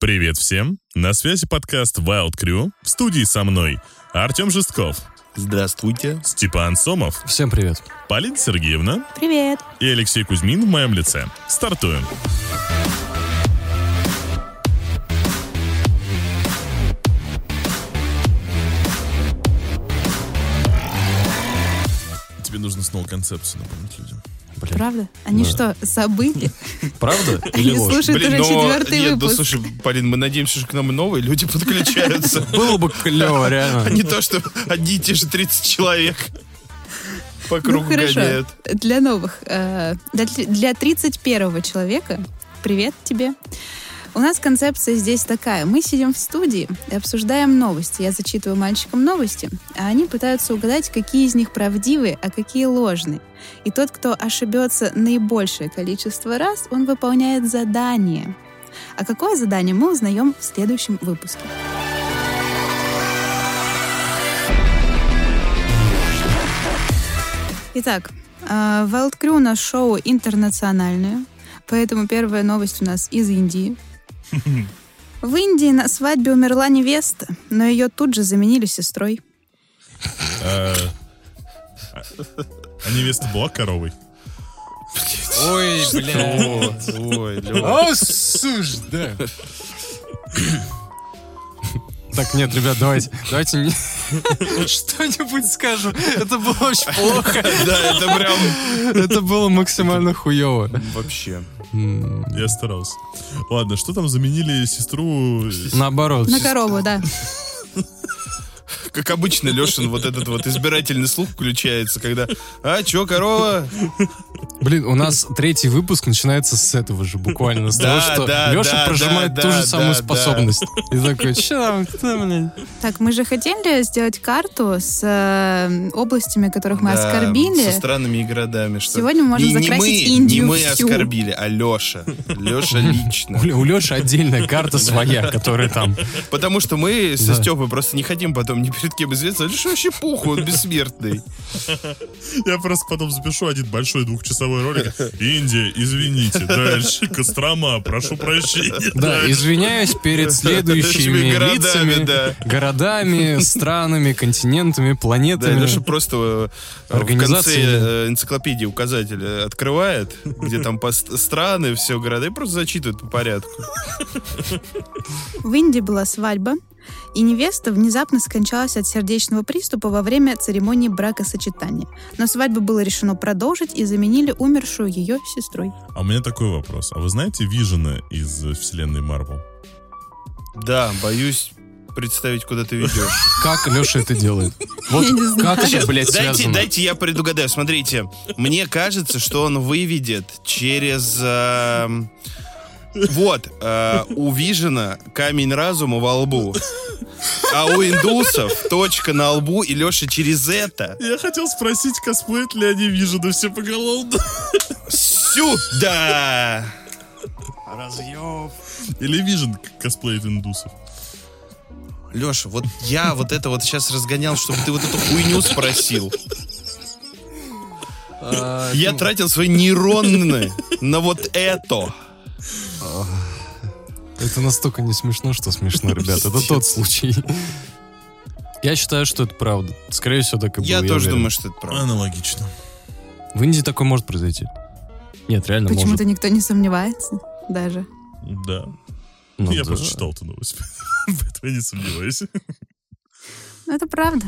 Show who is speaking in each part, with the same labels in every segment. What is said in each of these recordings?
Speaker 1: Привет всем! На связи подкаст Wild Crew. В студии со мной Артем Жестков,
Speaker 2: Здравствуйте.
Speaker 1: Степан Сомов,
Speaker 3: Всем привет.
Speaker 1: Полина Сергеевна
Speaker 4: Привет.
Speaker 1: и Алексей Кузьмин в моем лице. Стартуем! Тебе нужно снова концепцию напомнить людям.
Speaker 3: Блин.
Speaker 4: Правда? Они
Speaker 3: Да.
Speaker 4: что, забыли?
Speaker 3: Правда?
Speaker 4: Они
Speaker 3: Или ложь?
Speaker 4: слушают уже четвертый
Speaker 2: нет, ну
Speaker 4: выпуск.
Speaker 2: слушай, Полин, мы надеемся, что к нам новые люди подключаются.
Speaker 3: Было бы клево,
Speaker 2: А
Speaker 3: реально.
Speaker 2: не то, что одни и те же 30 человек по
Speaker 4: Ну
Speaker 2: кругу
Speaker 4: хорошо,
Speaker 2: гоняют.
Speaker 4: для новых. э, Для тр- для 31 человека, привет тебе. У нас концепция здесь такая. Мы сидим в студии и обсуждаем новости. Я зачитываю мальчикам новости, а они пытаются угадать, какие из них правдивые, а какие ложные. И тот, кто ошибется наибольшее количество раз, он выполняет задание. А какое задание мы узнаем в следующем выпуске. Итак, э, Wild Crew у нас шоу интернациональное, поэтому первая новость у нас из Индии. В Индии на свадьбе умерла невеста, но ее тут же заменили сестрой.
Speaker 1: А а невеста была коровой?
Speaker 3: Ой, блин.
Speaker 2: Ой, Лёва.
Speaker 3: Осуждаю. Так, нет, ребят, давайте, давайте не- что-нибудь скажем. Это было очень плохо.
Speaker 2: Да, это прям
Speaker 3: Это было максимально хуево.
Speaker 2: вообще.
Speaker 1: Я старался. Ладно, что там заменили сестру? э,
Speaker 3: Наоборот.
Speaker 4: На корову, да.
Speaker 2: Как обычно, Лешин вот этот вот избирательный слух включается, когда «А, чё, корова?»
Speaker 3: Блин, у нас третий выпуск начинается с этого же, буквально. С
Speaker 2: Да,
Speaker 3: того, что
Speaker 2: да, да,
Speaker 3: Леша прожимает
Speaker 2: да,
Speaker 3: ту же
Speaker 2: да,
Speaker 3: самую
Speaker 2: да.
Speaker 3: способность. И такой, че там, кто там, блин?»
Speaker 4: Так, мы же хотели сделать карту с э, областями, которых мы
Speaker 2: Да,
Speaker 4: оскорбили.
Speaker 2: Со странами и городами. Что...
Speaker 4: Сегодня мы можем
Speaker 2: Не- не
Speaker 4: закрасить
Speaker 2: мы-
Speaker 4: Индию
Speaker 2: Не мы
Speaker 4: всю.
Speaker 2: оскорбили, а Леша. Леша лично.
Speaker 3: У Ле- У Леши отдельная карта своя, которая там.
Speaker 2: Потому что мы со
Speaker 3: Да.
Speaker 2: Степой просто не хотим потом ни перед кем известно. Леша вообще пуху, он бессмертный.
Speaker 1: Я просто потом запишу один большой двухчасовой ролик. Индия, извините. Дальше. Кострома, прошу прощения.
Speaker 3: Да, извиняюсь перед следующими
Speaker 2: Следующими городами,
Speaker 3: лицами,
Speaker 2: да.
Speaker 3: городами, странами, континентами,
Speaker 2: Да, и
Speaker 3: планетами.
Speaker 2: Леша просто э, в конце
Speaker 3: Организации.
Speaker 2: э, энциклопедии указатель э, открывает, где там по ст- страны, все города, и просто зачитывает по порядку.
Speaker 4: В Индии была свадьба, и невеста внезапно скончалась от сердечного приступа во время церемонии бракосочетания. Но свадьбу было решено продолжить и заменили умершую ее сестрой.
Speaker 1: А у меня такой вопрос. А вы знаете Вижена из э, вселенной Марвел?
Speaker 2: Да, боюсь представить, куда ты ведешь.
Speaker 3: Как Леша это делает? Вот
Speaker 4: Я не знаю.
Speaker 3: как это, блядь,
Speaker 2: Дайте,
Speaker 3: связано?
Speaker 2: дайте я предугадаю. Смотрите, мне кажется, что он выведет через... эм, вот, э, у Вижена камень разума во лбу. А у индусов точка на лбу, и Леша через это
Speaker 1: Я хотел спросить, косплеят ли они Вижена все поголовно.
Speaker 2: сюда.
Speaker 1: Или Вижен к- косплеит индусов.
Speaker 2: Леша, вот я вот это вот сейчас разгонял, чтобы ты вот эту хуйню спросил.
Speaker 3: А,
Speaker 2: Я
Speaker 3: ну,
Speaker 2: тратил свои нейроны на вот это.
Speaker 3: Это настолько не смешно, что смешно, ребят. Это тот случай. Я считаю, что это правда. Скорее всего, так и было.
Speaker 2: Я тоже
Speaker 3: уверен.
Speaker 2: думаю, что это правда.
Speaker 1: Аналогично.
Speaker 3: В Индии такое может произойти. Нет, реально Ну, может.
Speaker 4: Почему-то никто не сомневается даже.
Speaker 1: Да.
Speaker 3: Ну
Speaker 1: Я
Speaker 3: да.
Speaker 1: просто читал эту новость. Поэтому я не сомневаюсь.
Speaker 4: Но Ну, это правда.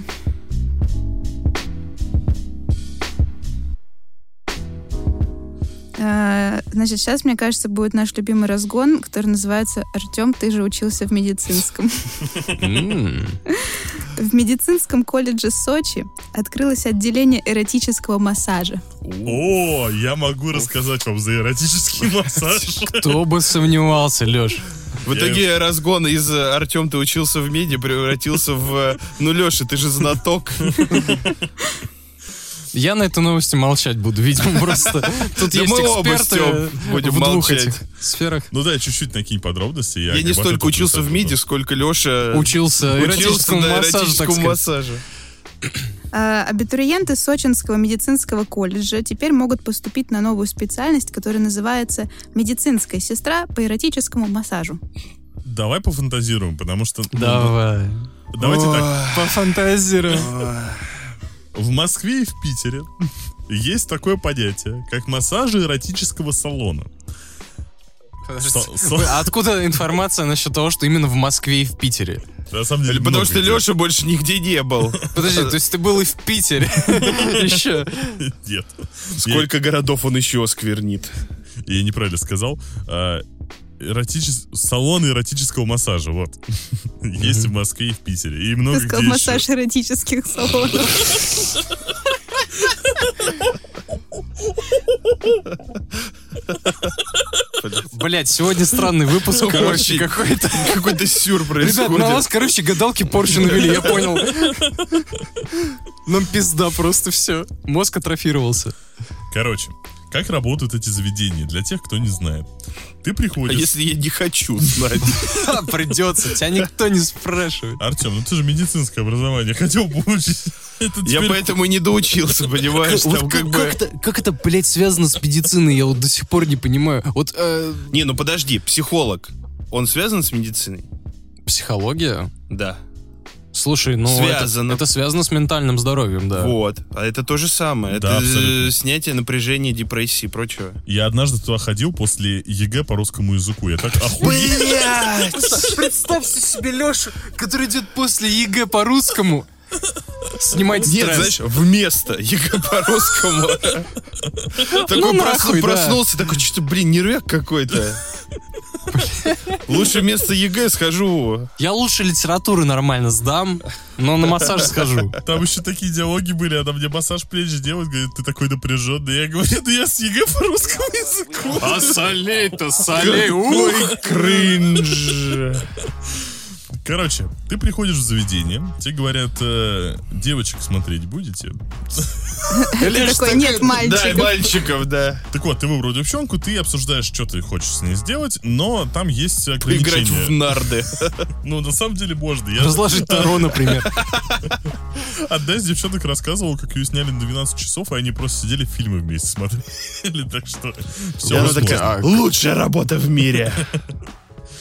Speaker 4: Э, Значит, сейчас, мне кажется, будет наш любимый разгон, который называется «Артем, ты же учился в медицинском».
Speaker 3: М.
Speaker 4: В медицинском колледже Сочи открылось отделение эротического массажа.
Speaker 1: О, я могу рассказать вам за эротический массаж.
Speaker 3: Кто бы сомневался, Леш.
Speaker 1: А,
Speaker 2: В итоге разгон из э, «Артем, ты учился в меди» превратился в э, «Ну, Леша, ты же знаток».
Speaker 3: Я на этой новости молчать буду, видимо, просто. Тут
Speaker 2: Да
Speaker 3: есть
Speaker 2: мы оба,
Speaker 3: эксперты
Speaker 2: Стёп, будем
Speaker 3: в двух
Speaker 2: молчать.
Speaker 3: этих сферах.
Speaker 1: Ну да, чуть-чуть накинь подробности.
Speaker 2: Я не
Speaker 1: как бы
Speaker 2: столько
Speaker 1: от этого
Speaker 2: учился в
Speaker 1: присоединюсь.
Speaker 2: меди, сколько Леша
Speaker 3: Учился эротическому
Speaker 2: на
Speaker 3: массажу, так
Speaker 2: эротическом
Speaker 3: сказать.
Speaker 2: массаже.
Speaker 4: Э, Абитуриенты Сочинского медицинского колледжа теперь могут поступить на новую специальность, которая называется «Медицинская сестра по эротическому массажу».
Speaker 1: давай пофантазируем, потому что... ну,
Speaker 3: Давай.
Speaker 1: Давайте так.
Speaker 3: Пофантазируем.
Speaker 1: В Москве и в Питере есть такое понятие, как массажи эротического салона. Со- со-
Speaker 3: А Откуда информация насчет того, что именно в Москве и в Питере?
Speaker 1: На самом деле
Speaker 2: Потому
Speaker 1: много
Speaker 2: что
Speaker 1: где.
Speaker 2: Леша больше нигде не был.
Speaker 3: Подожди, то есть ты был и в Питере еще?
Speaker 1: Нет.
Speaker 2: Сколько городов он еще осквернит.
Speaker 1: Я неправильно сказал. А, эротичес- Салон эротического массажа, вот. Есть в Москве и в Питере. И много
Speaker 4: Ты
Speaker 1: где
Speaker 4: сказал
Speaker 1: еще.
Speaker 4: массаж эротических салонов.
Speaker 3: Блять, сегодня странный выпуск, короче,
Speaker 2: Короче,
Speaker 3: какой-то.
Speaker 2: Какой-то сюр
Speaker 3: Ребят, на вас,
Speaker 2: происходит.
Speaker 3: короче, гадалки порчу навели, я понял. Нам пизда просто все. Мозг атрофировался.
Speaker 1: Короче, как работают эти заведения, для тех, кто не знает. Ты
Speaker 2: А
Speaker 1: приходишь...
Speaker 2: если я не хочу знать?
Speaker 3: Ха, Придется, тебя никто не спрашивает.
Speaker 1: Артем, ну ты же медицинское образование хотел получить. Это
Speaker 2: Я
Speaker 1: теперь-
Speaker 2: поэтому и не доучился, понимаешь? Там
Speaker 3: Вот
Speaker 2: как
Speaker 3: как,
Speaker 2: бы...
Speaker 3: как это, как это, блядь, связано с медициной, я вот до сих пор не понимаю. Вот э,
Speaker 2: Не, ну подожди, психолог, он связан с медициной?
Speaker 3: психология,
Speaker 2: Да.
Speaker 3: слушай, ну это-
Speaker 2: Связано.
Speaker 3: Это, связано с ментальным здоровьем, да.
Speaker 2: Вот. А это то же самое.
Speaker 1: Да,
Speaker 2: это
Speaker 1: абсолютно.
Speaker 2: э, снятие напряжения, депрессии и прочего.
Speaker 1: Я однажды туда ходил после ЕГЭ по русскому языку. Я так охуел.
Speaker 2: Блять!
Speaker 3: Представьте себе Лешу, который идет после ЕГЭ по русскому. Снимать
Speaker 2: Нет,
Speaker 3: стресс.
Speaker 2: знаешь, вместо ЕГЭ по-русскому. Такой прос-
Speaker 3: нахуй, да.
Speaker 2: проснулся, такой, что-то, блин, нервяк какой-то. Лучше вместо ЕГЭ схожу.
Speaker 3: Я лучше литературу нормально сдам, но на массаж схожу.
Speaker 1: Там еще такие диалоги были, она мне массаж плеч делает, говорит, ты такой напряженный. Я говорю, да я с ЕГЭ по русскому языку.
Speaker 3: А солей-то, солей,
Speaker 2: Какой кринж.
Speaker 1: Короче, ты приходишь в заведение, тебе говорят, «Э, девочек смотреть будете?
Speaker 4: Ты такой, нет,
Speaker 2: Да, и
Speaker 4: мальчик.
Speaker 2: мальчиков, да.
Speaker 1: Так вот, ты выбрал девчонку, ты обсуждаешь, что ты хочешь с ней сделать, но там есть
Speaker 2: Играть в
Speaker 1: ограничения.
Speaker 2: нарды.
Speaker 1: Ну, на самом деле можно. Я
Speaker 3: Разложить Таро, например.
Speaker 1: одна из девчонок рассказывала, как ее сняли на 12 часов, и они просто сидели фильмы вместе смотрели. Так что
Speaker 2: И
Speaker 1: все
Speaker 2: она такая, Лучшая работа в мире.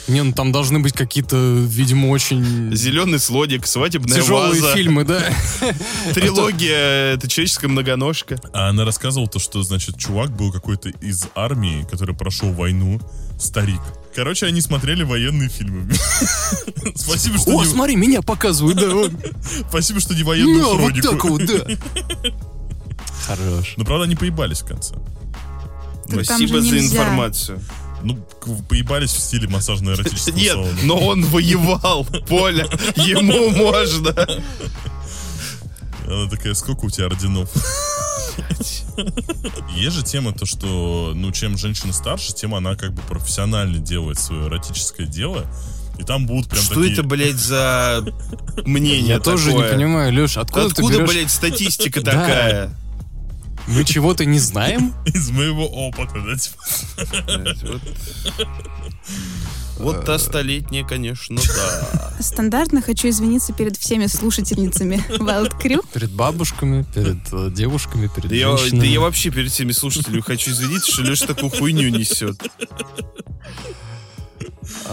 Speaker 3: Не, ну там должны быть какие-то, видимо, очень
Speaker 2: Зеленый слоник, свадебная
Speaker 3: тяжелые
Speaker 2: ваза, А
Speaker 3: фильмы, да?
Speaker 2: трилогия «Это человеческая многоножка».
Speaker 1: А она рассказывала то, что, значит, чувак был какой-то из армии, который прошел войну, старик. Короче, они смотрели военные фильмы. Спасибо, что
Speaker 3: О,
Speaker 1: не,
Speaker 3: смотри, меня показывают, да. вот.
Speaker 1: спасибо, что не
Speaker 3: Ну,
Speaker 1: военную
Speaker 3: вот
Speaker 1: хронику.
Speaker 3: так вот, да. Хорош.
Speaker 1: Но, правда, они поебались в конце.
Speaker 4: Так там
Speaker 2: Спасибо
Speaker 4: же
Speaker 2: за
Speaker 4: нельзя.
Speaker 2: информацию.
Speaker 1: Ну, к- поебались в стиле массажно-эротического
Speaker 2: Нет,
Speaker 1: салона.
Speaker 2: но он воевал, Поля, ему можно.
Speaker 1: Она такая, сколько у тебя орденов? Есть же тема то, что, ну, чем женщина старше, тем она как бы профессионально делает свое эротическое дело. И там будут прям
Speaker 2: Что
Speaker 1: такие...
Speaker 2: это, блядь, за мнение
Speaker 3: Ну, Я тоже не
Speaker 2: такое?
Speaker 3: понимаю, Леш, откуда ты
Speaker 2: Откуда,
Speaker 3: берешь?
Speaker 2: блядь, статистика
Speaker 3: Да.
Speaker 2: такая?
Speaker 3: Мы чего-то не знаем?
Speaker 1: Из моего опыта, да, типа.
Speaker 2: Вот- Вот та столетняя, конечно, да.
Speaker 4: Стандартно хочу извиниться перед всеми слушательницами Wild Crew.
Speaker 3: Перед бабушками, перед э, девушками, перед
Speaker 2: Да я, да я
Speaker 3: женщинами.
Speaker 2: вообще перед всеми слушателями хочу извиниться, что Леша такую хуйню несет.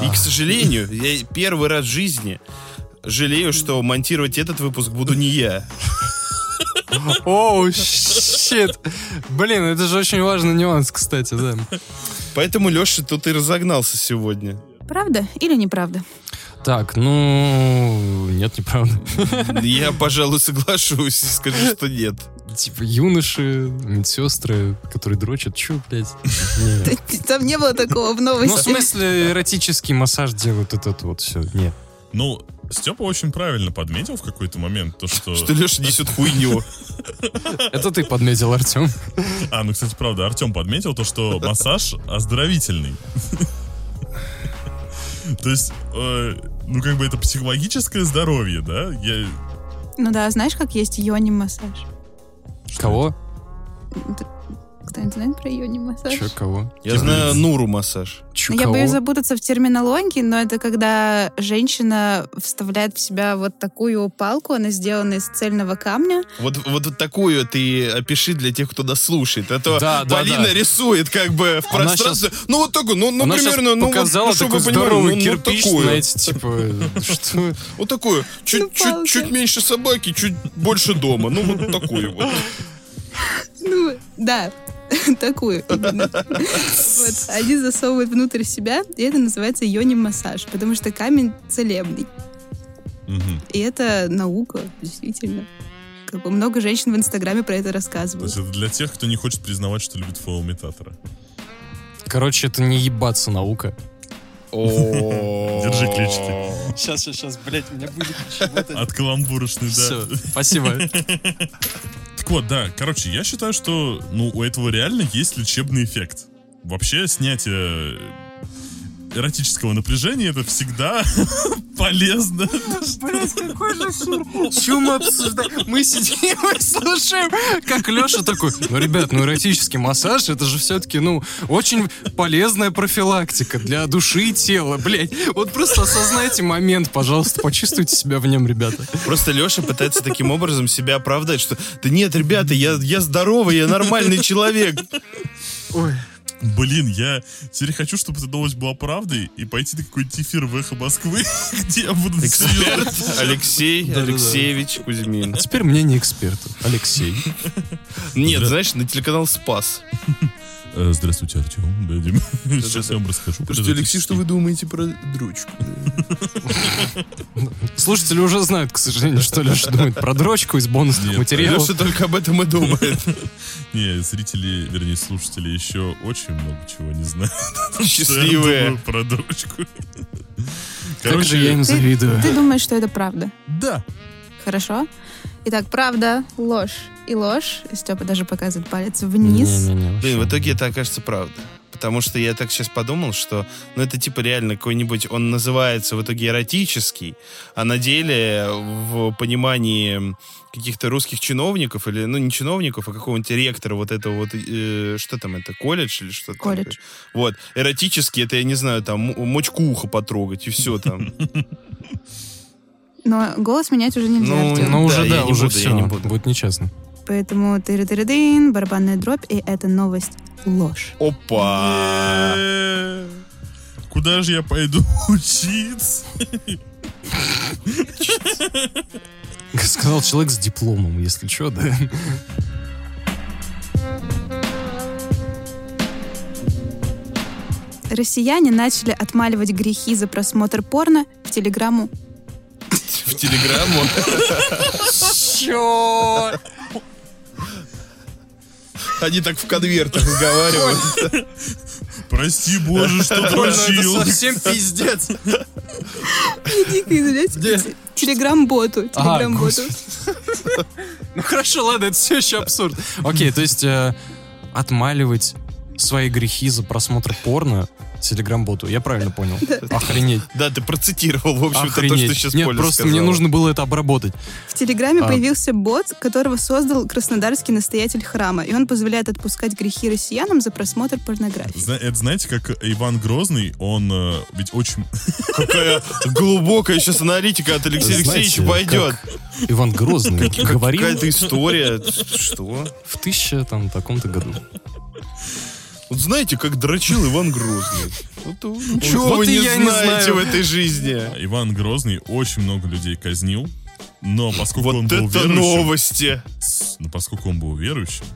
Speaker 2: И, к сожалению, я первый раз в жизни жалею, что монтировать этот выпуск буду не я.
Speaker 3: Оу, щит. Блин, это же очень важный нюанс, кстати, да.
Speaker 2: Поэтому Леша тут и разогнался сегодня.
Speaker 4: Правда или неправда?
Speaker 3: Так, ну... Нет, неправда.
Speaker 2: Я, пожалуй, соглашусь и скажу, что нет.
Speaker 3: Типа юноши, медсестры, которые дрочат. Чё, блядь? Не.
Speaker 4: Там не было такого в
Speaker 3: Ну, в
Speaker 4: новости.
Speaker 3: смысле, эротический массаж делают этот вот все. Нет.
Speaker 1: Ну, Степа очень правильно подметил в какой-то момент то, что...
Speaker 2: Что Леша несет хуйню.
Speaker 3: Это ты подметил, Артем.
Speaker 1: А, ну, кстати, правда, Артем подметил то, что массаж оздоровительный. То есть, э, ну, как бы это психологическое здоровье, да? Я...
Speaker 4: Ну да, знаешь, как есть йони-массаж?
Speaker 3: Кого?
Speaker 4: Кто-нибудь знает про йони-массаж?
Speaker 3: Че, кого?
Speaker 2: Я знаю Нуру массаж.
Speaker 3: Чё,
Speaker 4: Ну, Я
Speaker 3: кого?
Speaker 4: боюсь запутаться в терминологии, но это когда женщина вставляет в себя вот такую палку, она сделана из цельного камня.
Speaker 2: Вот, вот, вот такую ты опиши для тех, кто дослушает. А то
Speaker 3: Да, да,
Speaker 2: Полина
Speaker 3: да.
Speaker 2: рисует как бы в
Speaker 3: Она
Speaker 2: пространстве. Ну вот такой, ну, ну
Speaker 3: Она щас
Speaker 2: примерно, ну, вот,
Speaker 3: показала
Speaker 2: ну чтобы
Speaker 3: такой
Speaker 2: вы понимали,
Speaker 3: здоровый
Speaker 2: ну, ну,
Speaker 3: кирпич,
Speaker 2: такую.
Speaker 3: знаете, типа, что?
Speaker 2: Вот такую. Чуть,
Speaker 4: Ну,
Speaker 2: чуть,
Speaker 4: палки.
Speaker 2: чуть меньше собаки, чуть больше дома. Ну вот такую вот.
Speaker 4: Ну, да, такую. именно. Вот, они засовывают внутрь себя, и это называется йони-массаж, потому что камень целебный.
Speaker 1: Мгм.
Speaker 4: И это наука, действительно. Как бы много женщин в Инстаграме про это
Speaker 1: То есть
Speaker 4: рассказывают.
Speaker 1: это для тех, кто не хочет признавать, что любит фалоимитатора.
Speaker 3: Короче, это не ебаться наука.
Speaker 2: Держи
Speaker 1: Держи ключ ты.
Speaker 3: Сейчас, сейчас, сейчас, блядь, у меня будет чего-то.
Speaker 1: От каламбурочной, да.
Speaker 3: Все, спасибо.
Speaker 1: Так вот, да, короче, я считаю, что ну, у этого реально есть лечебный эффект. Вообще, снятие эротического напряжения это всегда полезно.
Speaker 3: Блять, какой же Чем мы обсуждаем? Мы сидим и слушаем, как Леша такой, ну, ребят, ну, эротический массаж, это же все-таки, ну, очень полезная профилактика для души и тела, блять. Вот просто осознайте момент, пожалуйста, почувствуйте себя в нем, ребята.
Speaker 2: Просто Леша пытается таким образом себя оправдать, что да нет, ребята, я, я здоровый, я нормальный человек.
Speaker 3: Ой.
Speaker 1: Блин, я теперь хочу, чтобы эта новость была правдой и пойти на какой-нибудь эфир в Эхо Москвы, где я буду серьезно.
Speaker 2: Эксперт Алексей
Speaker 3: Да-да-да.
Speaker 2: Алексеевич Кузьмин.
Speaker 3: А теперь мнение эксперта. Алексей.
Speaker 2: Нет, знаешь, на телеканал Спас.
Speaker 1: Э, Здравствуйте, Артем. Да, Дим. Сейчас я вам расскажу. про эротический.
Speaker 2: думаете про дрочку?
Speaker 3: Слушатели уже знают, к сожалению, что Леша думает про дрочку из бонусных
Speaker 1: Нет,
Speaker 3: материалов.
Speaker 2: Леша только об этом и думает.
Speaker 1: Не, зрители, вернее, слушатели еще очень много чего не знают.
Speaker 2: Счастливые.
Speaker 1: Что я думаю Про дурочку.
Speaker 3: Как же я им завидую.
Speaker 4: Ты думаешь, что это правда?
Speaker 1: да.
Speaker 4: Хорошо? Итак, правда, ложь и ложь. Степа даже показывает палец вниз.
Speaker 3: Не-не-не, вообще.
Speaker 2: Блин, в итоге это окажется правда. Потому что я так сейчас подумал, что ну это типа реально какой-нибудь, он называется в итоге эротический, а на деле в понимании каких-то русских чиновников или, ну не чиновников, а какого-нибудь ректора вот этого вот, э, что там это, колледж или что-то?
Speaker 4: Колледж.
Speaker 2: Вот, эротический, это я не знаю, там м- мочку уха потрогать и все там.
Speaker 4: Но голос менять уже нельзя,
Speaker 2: Ну,
Speaker 4: Артём.
Speaker 3: Ну уже
Speaker 2: Да,
Speaker 3: да,
Speaker 2: я не
Speaker 3: уже
Speaker 2: буду, я
Speaker 3: все.
Speaker 2: не буду.
Speaker 3: Будет нечестно.
Speaker 4: Поэтому тыры тыры дын барабанная дробь, и это новость ложь.
Speaker 2: Опа!
Speaker 1: Э, Куда же я пойду учиться?
Speaker 3: Сказал человек с дипломом, если что, да.
Speaker 4: Россияне начали отмаливать грехи за просмотр порно в телеграмму.
Speaker 2: В телеграмму.
Speaker 3: Чё?
Speaker 2: Они так в конвертах разговаривают.
Speaker 1: Прости, боже, что дрочил.
Speaker 3: Ну, пиздец. Где?
Speaker 4: Телеграм-боту.
Speaker 3: А,
Speaker 4: Телеграм-боту.
Speaker 3: господи. Ну хорошо, ладно, это все еще абсурд. Окей, то есть э, отмаливать свои грехи за просмотр порно телеграм-боту. Я правильно понял? Охренеть.
Speaker 2: Да, ты процитировал, в общем-то, то,
Speaker 3: Охренеть.
Speaker 2: что сейчас
Speaker 3: Нет,
Speaker 2: Поля
Speaker 3: просто мне
Speaker 2: сказала.
Speaker 3: нужно было это обработать.
Speaker 4: В Телеграме
Speaker 3: А.
Speaker 4: появился бот, которого создал краснодарский настоятель храма, и он позволяет отпускать грехи россиянам за просмотр порнографии.
Speaker 1: Зна- Это знаете, как Иван Грозный, он э, ведь очень...
Speaker 2: Какая глубокая сейчас аналитика от Алексея Алексеевича
Speaker 3: Знаете,
Speaker 2: пойдет.
Speaker 3: как Иван Грозный говорил
Speaker 2: Какая-то история. Что?
Speaker 3: в тысяча там таком-то году.
Speaker 2: Вот знаете, как дрочил Иван Грозный. Вот, ну, ничего
Speaker 3: вот
Speaker 2: вы
Speaker 3: и
Speaker 2: не
Speaker 3: я не
Speaker 2: знаете
Speaker 3: знаю.
Speaker 2: в этой жизни.
Speaker 1: Иван Грозный очень много людей казнил, но поскольку он
Speaker 2: Вот
Speaker 1: был
Speaker 2: это
Speaker 1: верующим,
Speaker 2: новости.
Speaker 1: но поскольку он был верующим,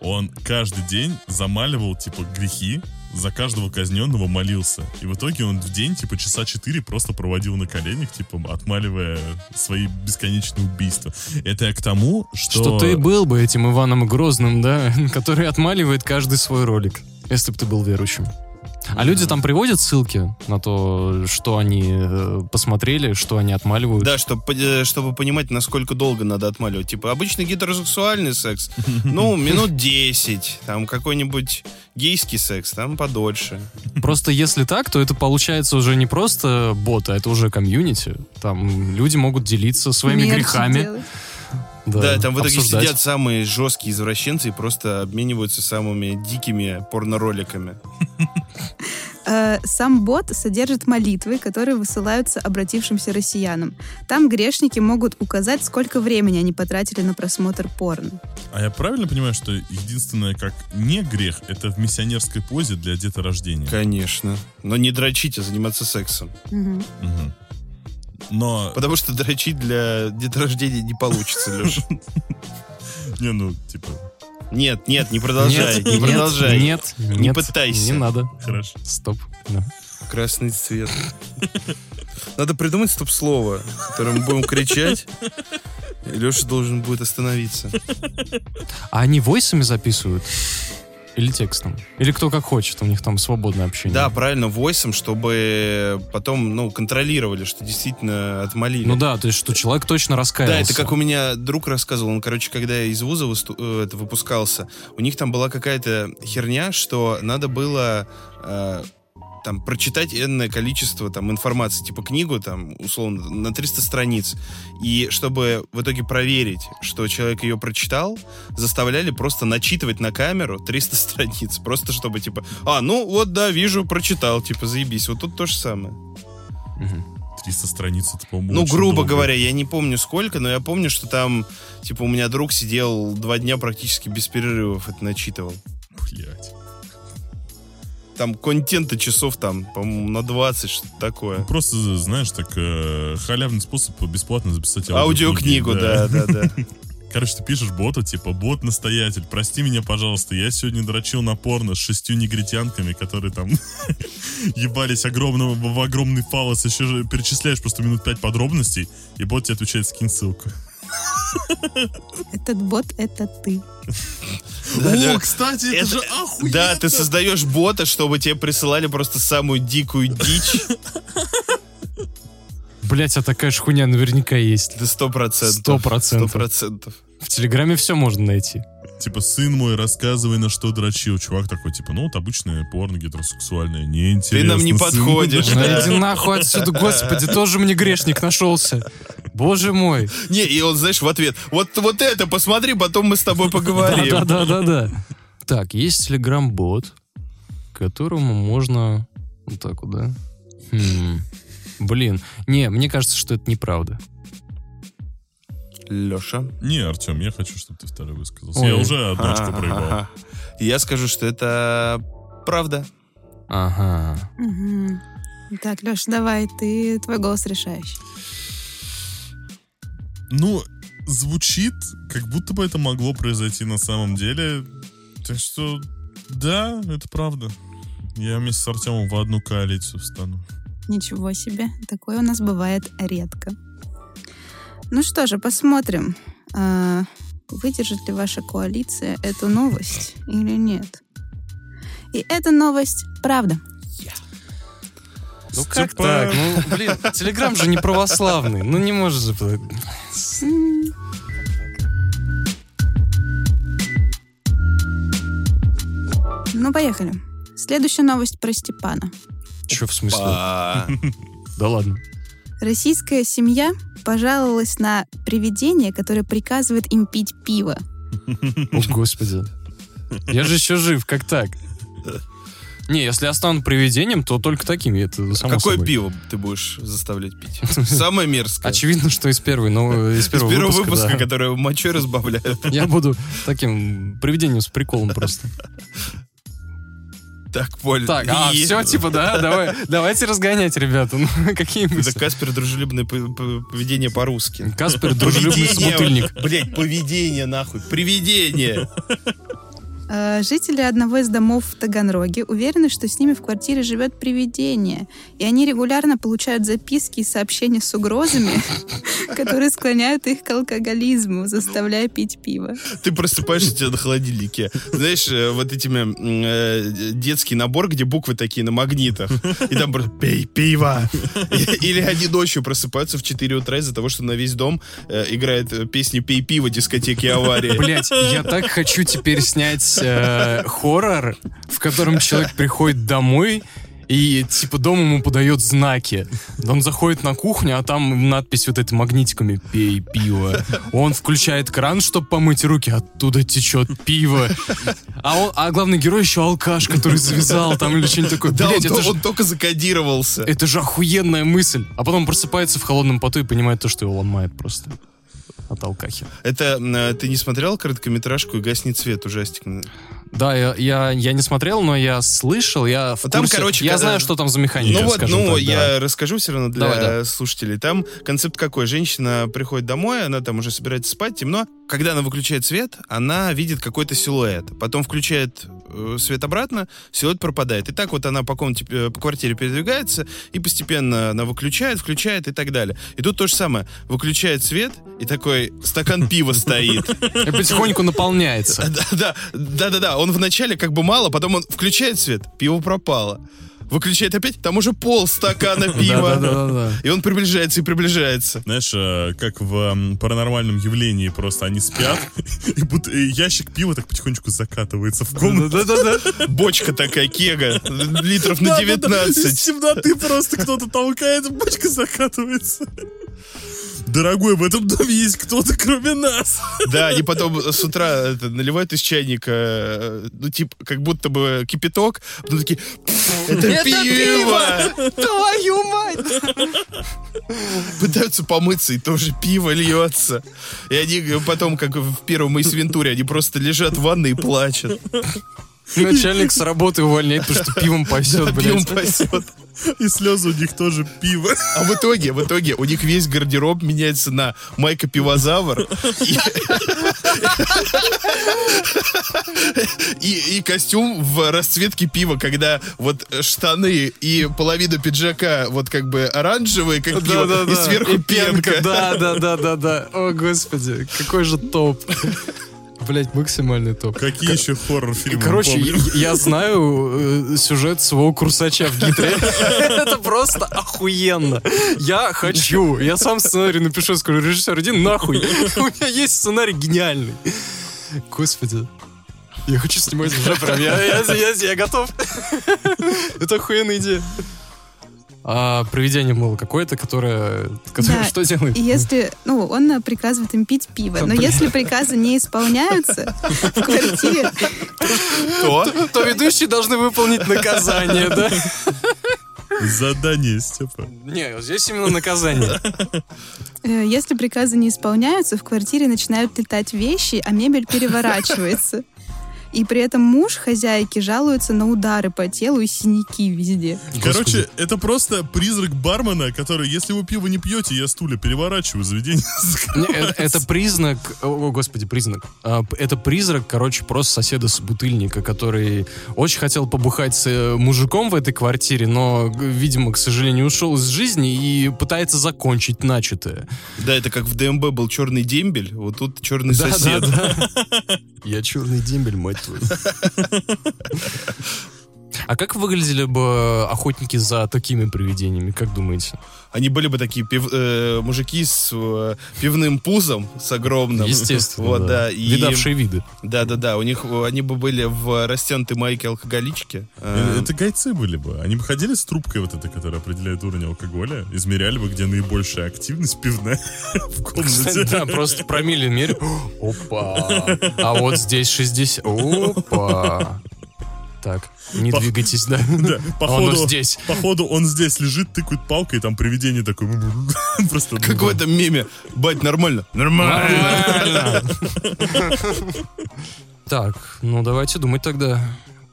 Speaker 1: он каждый день замаливал, типа, грехи, за каждого казненного молился. И в итоге он в день, типа, часа четыре просто проводил на коленях, типа, отмаливая свои бесконечные убийства. Это я к тому, что...
Speaker 3: Что
Speaker 2: э,
Speaker 3: ты был бы этим Иваном Грозным, да, который отмаливает каждый свой ролик, если бы ты был верующим. А люди там приводят ссылки на то, что они э, посмотрели, что они отмаливают.
Speaker 2: Да, чтобы, чтобы понимать, насколько долго надо отмаливать. Типа, обычный гетеросексуальный секс, ну, минут 10. Там какой-нибудь гейский секс, там подольше.
Speaker 3: Просто если так, то это получается уже не просто бот, а это уже комьюнити. Там люди могут делиться своими
Speaker 4: Мерчи
Speaker 3: грехами.
Speaker 4: делать.
Speaker 2: Да, там в итоге
Speaker 3: обсуждать.
Speaker 2: сидят самые жесткие извращенцы и просто обмениваются самыми дикими порнороликами.
Speaker 4: Э, Сам бот содержит молитвы, которые высылаются обратившимся россиянам. Там грешники могут указать, сколько времени они потратили на просмотр порно.
Speaker 1: А я правильно понимаю, что единственное, как не грех, это в миссионерской позе для деторождения?
Speaker 2: Конечно. Но не дрочить, а заниматься сексом.
Speaker 4: Мгм.
Speaker 1: Мгм. Но,
Speaker 2: Потому что дрочить для деторождения не получится, Леша.
Speaker 1: не, ну, типа,
Speaker 2: Нет, нет, не продолжай, не продолжай.
Speaker 3: Нет,
Speaker 2: Не
Speaker 3: нет,
Speaker 2: пытайся.
Speaker 3: Не надо.
Speaker 1: хорошо.
Speaker 3: Стоп. Да.
Speaker 2: Красный цвет. Надо придумать стоп-слово, которое мы будем кричать. Леша должен будет остановиться.
Speaker 3: А они войсами записывают? Или текстом? Или кто как хочет, у них там свободное общение.
Speaker 2: Да, правильно, войсом, чтобы потом, ну, контролировали, что действительно отмолили.
Speaker 3: Ну да, то есть, что человек точно раскаялся.
Speaker 2: Да, это как у меня друг рассказывал, он, короче, когда из вуза высту- э, это выпускался, у них там была какая-то херня, что надо было э, там прочитать энное количество там информации, типа книгу там условно на 300 страниц, и чтобы в итоге проверить, что человек ее прочитал, заставляли просто начитывать на камеру 300 страниц, просто чтобы типа, а ну вот да, вижу, прочитал, типа заебись, вот тут то же самое.
Speaker 3: Мгм.
Speaker 1: 300 страниц, это, по-моему,
Speaker 2: Ну,
Speaker 1: очень
Speaker 2: грубо
Speaker 1: долго.
Speaker 2: говоря, я не помню сколько, но я помню, что там, типа, у меня друг сидел два дня практически без перерывов, это начитывал.
Speaker 1: Ну, Блядь.
Speaker 2: Там контента часов там, по-моему, на 20, что-то такое.
Speaker 1: Просто, знаешь, так э, халявный способ бесплатно записать
Speaker 2: Аудиокнигу, да, да, да.
Speaker 1: Короче, ты пишешь боту, типа, бот-настоятель, прости меня, пожалуйста, я сегодня дрочил на порно с шестью негритянками, которые там ебались огромного, в огромный фалос, еще же перечисляешь просто минут пять подробностей, и бот тебе отвечает, скинь ссылку.
Speaker 4: Этот бот — это ты.
Speaker 2: Да, да.
Speaker 1: кстати,
Speaker 2: Это- э,
Speaker 1: охуенно!
Speaker 2: Да, ты создаешь бота, чтобы тебе присылали просто самую дикую дичь.
Speaker 3: Блять, а такая же хуйня наверняка есть.
Speaker 2: Да сто процентов.
Speaker 3: Сто процентов.
Speaker 2: процентов.
Speaker 3: В Телеграме все можно найти.
Speaker 1: Типа, сын мой, рассказывай, на что дрочил. Чувак такой, типа, ну, вот обычное порно гетеросексуальное, неинтересно.
Speaker 2: Ты нам не
Speaker 1: сын».
Speaker 2: подходишь.
Speaker 3: Да
Speaker 2: да.
Speaker 3: Ну, иди нахуй отсюда, господи, тоже мне грешник нашелся. Боже мой.
Speaker 2: Не, и он, знаешь, в ответ, вот, вот это посмотри, потом мы с тобой поговорим.
Speaker 3: Да-да-да-да. Так, есть телеграм-бот, которому можно... Вот так вот, да? Хм. Блин. Не, мне кажется, что это неправда.
Speaker 2: Леша,
Speaker 1: Не, Артем, я хочу, чтобы ты второй высказался.
Speaker 3: Ой.
Speaker 1: Я уже одночку проебал.
Speaker 2: Ага. Я скажу, что это правда.
Speaker 3: Ага.
Speaker 4: Мгм. Так, Леш, давай, ты твой голос решаешь.
Speaker 1: Ну, звучит, как будто бы это могло произойти на самом деле. Так что, да, это правда. Я вместе с Артемом в одну коалицию встану.
Speaker 4: Ничего себе, такое у нас бывает редко. Ну что же, посмотрим, а, выдержит ли ваша коалиция эту новость или нет. И эта новость правда.
Speaker 3: Ну как так? Ну, блин, Телеграм же не православный. Ну не может же. быть.
Speaker 4: М. Ну, поехали. Следующая новость про Степана.
Speaker 3: Че в смысле?
Speaker 2: Па.
Speaker 3: Да ладно.
Speaker 4: Российская семья пожаловалась на привидение, которое приказывает им пить пиво.
Speaker 3: О, господи. Я же еще жив, как так? Не, если я стану привидением, то только таким. Это само
Speaker 2: Какое
Speaker 3: собой.
Speaker 2: пиво ты будешь заставлять пить? Самое мерзкое. Из
Speaker 3: Очевидно, что из первой, но из первого,
Speaker 2: первого
Speaker 3: выпуска,
Speaker 2: выпуска,
Speaker 3: да.
Speaker 2: который мочой разбавляют.
Speaker 3: Я буду таким привидением с приколом просто.
Speaker 2: Так, понял.
Speaker 3: Так, а,
Speaker 2: И-
Speaker 3: все, типа, да, давай, давайте разгонять, ребята. Ну, какие мы...
Speaker 2: Это Каспер дружелюбное п- п- поведение по-русски.
Speaker 3: Каспер, дружелюбный
Speaker 2: Поведение,
Speaker 3: собутыльник.
Speaker 2: Блять, поведение нахуй. Привидение.
Speaker 4: Э, Жители одного из домов в Таганроге уверены, что с ними в квартире живет привидение, и они регулярно получают записки и сообщения с угрозами, которые склоняют их к алкоголизму, заставляя пить пиво.
Speaker 2: Ты просыпаешься, у тебя на холодильнике. Знаешь, э, вот этими м, э, детский набор, где буквы такие на магнитах. И там просто «пей пиво». Или они ночью просыпаются в 4 утра из-за того, что на весь дом э, играет э, песню «Пей пиво» дискотеки аварии.
Speaker 3: Блять, я так хочу теперь снять э, хоррор, в котором человек приходит домой И, типа, дом ему подает знаки. Он заходит на кухню, а там надпись вот этой магнитиками «Пей пиво». Он включает кран, чтобы помыть руки, оттуда течет пиво. А, он, а главный герой еще алкаш, который завязал там или что-нибудь такое.
Speaker 2: Да, он,
Speaker 3: Блядь,
Speaker 2: то-
Speaker 3: это, же,
Speaker 2: он только закодировался.
Speaker 3: это же охуенная мысль. А потом просыпается в холодном поту и понимает то, что его ломает просто от алкахи.
Speaker 2: Это э, ты не смотрел короткометражку и гаснет свет ужастик?
Speaker 3: Да, я, я, я не смотрел, но я слышал, я в
Speaker 2: А там,
Speaker 3: курсе.
Speaker 2: короче,
Speaker 3: я
Speaker 2: когда-
Speaker 3: знаю, что там за механика,
Speaker 2: ну вот,
Speaker 3: скажем
Speaker 2: ну
Speaker 3: так, да.
Speaker 2: я расскажу все равно для
Speaker 3: Давай, да.
Speaker 2: слушателей. Там концепт какой? Женщина приходит домой, она там уже собирается спать, темно. Когда она выключает свет, она видит какой-то силуэт. Потом включает э, свет обратно, силуэт пропадает. И так вот она по комнате, э, по квартире передвигается, и постепенно она выключает, включает и так далее. И тут то же самое. Выключает свет, и такой стакан пива стоит.
Speaker 3: И потихоньку наполняется.
Speaker 2: Да, да, да, да. Он вначале как бы мало, потом он включает свет, пиво пропало. Выключает опять, там уже пол стакана пива.
Speaker 3: Да-да-да-да.
Speaker 2: И он приближается и приближается.
Speaker 1: Знаешь, э, как в эм, паранормальном явлении просто они спят, и будто и ящик пива так потихонечку закатывается в комнату.
Speaker 2: Бочка такая, кега, литров на
Speaker 1: Из
Speaker 2: 19.
Speaker 1: темноты просто кто-то толкает, бочка закатывается. Дорогой, в этом доме есть кто-то, кроме нас.
Speaker 2: Да, они потом с утра это, наливают из чайника, э, ну, типа, как будто бы кипяток, потом такие, «Пф, это пиво!
Speaker 3: Твою мать!
Speaker 2: Пытаются помыться, и тоже пиво льется. И они э, потом, как в первом из Вентуре, они просто лежат в ванной и плачут.
Speaker 3: Начальник с работы увольняет, потому что пивом пасет,
Speaker 2: Пивом
Speaker 3: Ну, блядь.
Speaker 2: пасет.
Speaker 1: И слезы у них тоже пиво.
Speaker 2: А в итоге, в итоге у них весь гардероб меняется на Майка Пивозавр и, и- и костюм в расцветке пива, когда вот штаны и половина пиджака вот как бы оранжевые, как пиво, и сверху пенка.
Speaker 3: Да, да, да, да, да. О, господи, какой же топ. Блять, максимальный топ.
Speaker 1: Какие еще хоррор-фильмы? мы
Speaker 3: Короче,
Speaker 1: помним?
Speaker 3: я, я знаю э, сюжет своего курсача в Гитре. Это просто охуенно. Я хочу. Я сам сценарий напишу, скажу, режиссер, иди нахуй. У меня есть сценарий гениальный. Господи. Я хочу снимать уже прям. Я, я- я- я готов. Это охуенная идея. А проведение было какое-то, которое, которое
Speaker 4: Да,
Speaker 3: что делает?
Speaker 4: И если, ну, он э, приказывает им пить пиво, но если приказы не исполняются в квартире,
Speaker 2: То
Speaker 3: То ведущие должны выполнить наказание, да?
Speaker 1: Задание, Степа.
Speaker 3: Не, здесь именно наказание.
Speaker 4: э, если приказы не исполняются, в квартире начинают летать вещи, а мебель переворачивается. И при этом муж хозяйки жалуется на удары по телу и синяки везде.
Speaker 1: Короче, это просто призрак бармена, который, если вы пиво не пьете, я стулья переворачиваю, заведение закрывается.
Speaker 3: Не, э- Это признак, о господи, признак. А, п- Это призрак, короче, просто соседа с бутыльника, который очень хотел побухать с э, мужиком в этой квартире, но, г- видимо, к сожалению, ушел из жизни и пытается закончить начатое.
Speaker 2: Да, это как в ДМБ был черный дембель, вот тут черный сосед.
Speaker 3: да. Я черный дембель, мать твою. А как выглядели бы э, охотники за такими привидениями, как думаете?
Speaker 2: Они были бы такие пив- э, мужики с э, пивным пузом, с огромным.
Speaker 3: Естественно,
Speaker 2: Вот, да. и-
Speaker 3: Видавшие виды.
Speaker 2: Да-да-да, у них э, они бы были в растянутой майке алкоголички. Э,
Speaker 1: Это гайцы были бы. Они бы ходили с трубкой вот этой, которая определяет уровень алкоголя, измеряли бы, где наибольшая активность пивная в комнате.
Speaker 3: Да, просто промили мере. Опа. А вот здесь 60. Опа. Так, не
Speaker 1: Пах-
Speaker 3: двигайтесь, да.
Speaker 1: Да,
Speaker 3: Он
Speaker 1: походу,
Speaker 3: А здесь.
Speaker 1: походу он здесь лежит, тыкает палкой, и там привидение такое. Просто ну,
Speaker 2: Как
Speaker 3: ну,
Speaker 2: в этом меме. Бать, нормально? Нормально.
Speaker 3: Нормально. Так, ну давайте думать тогда.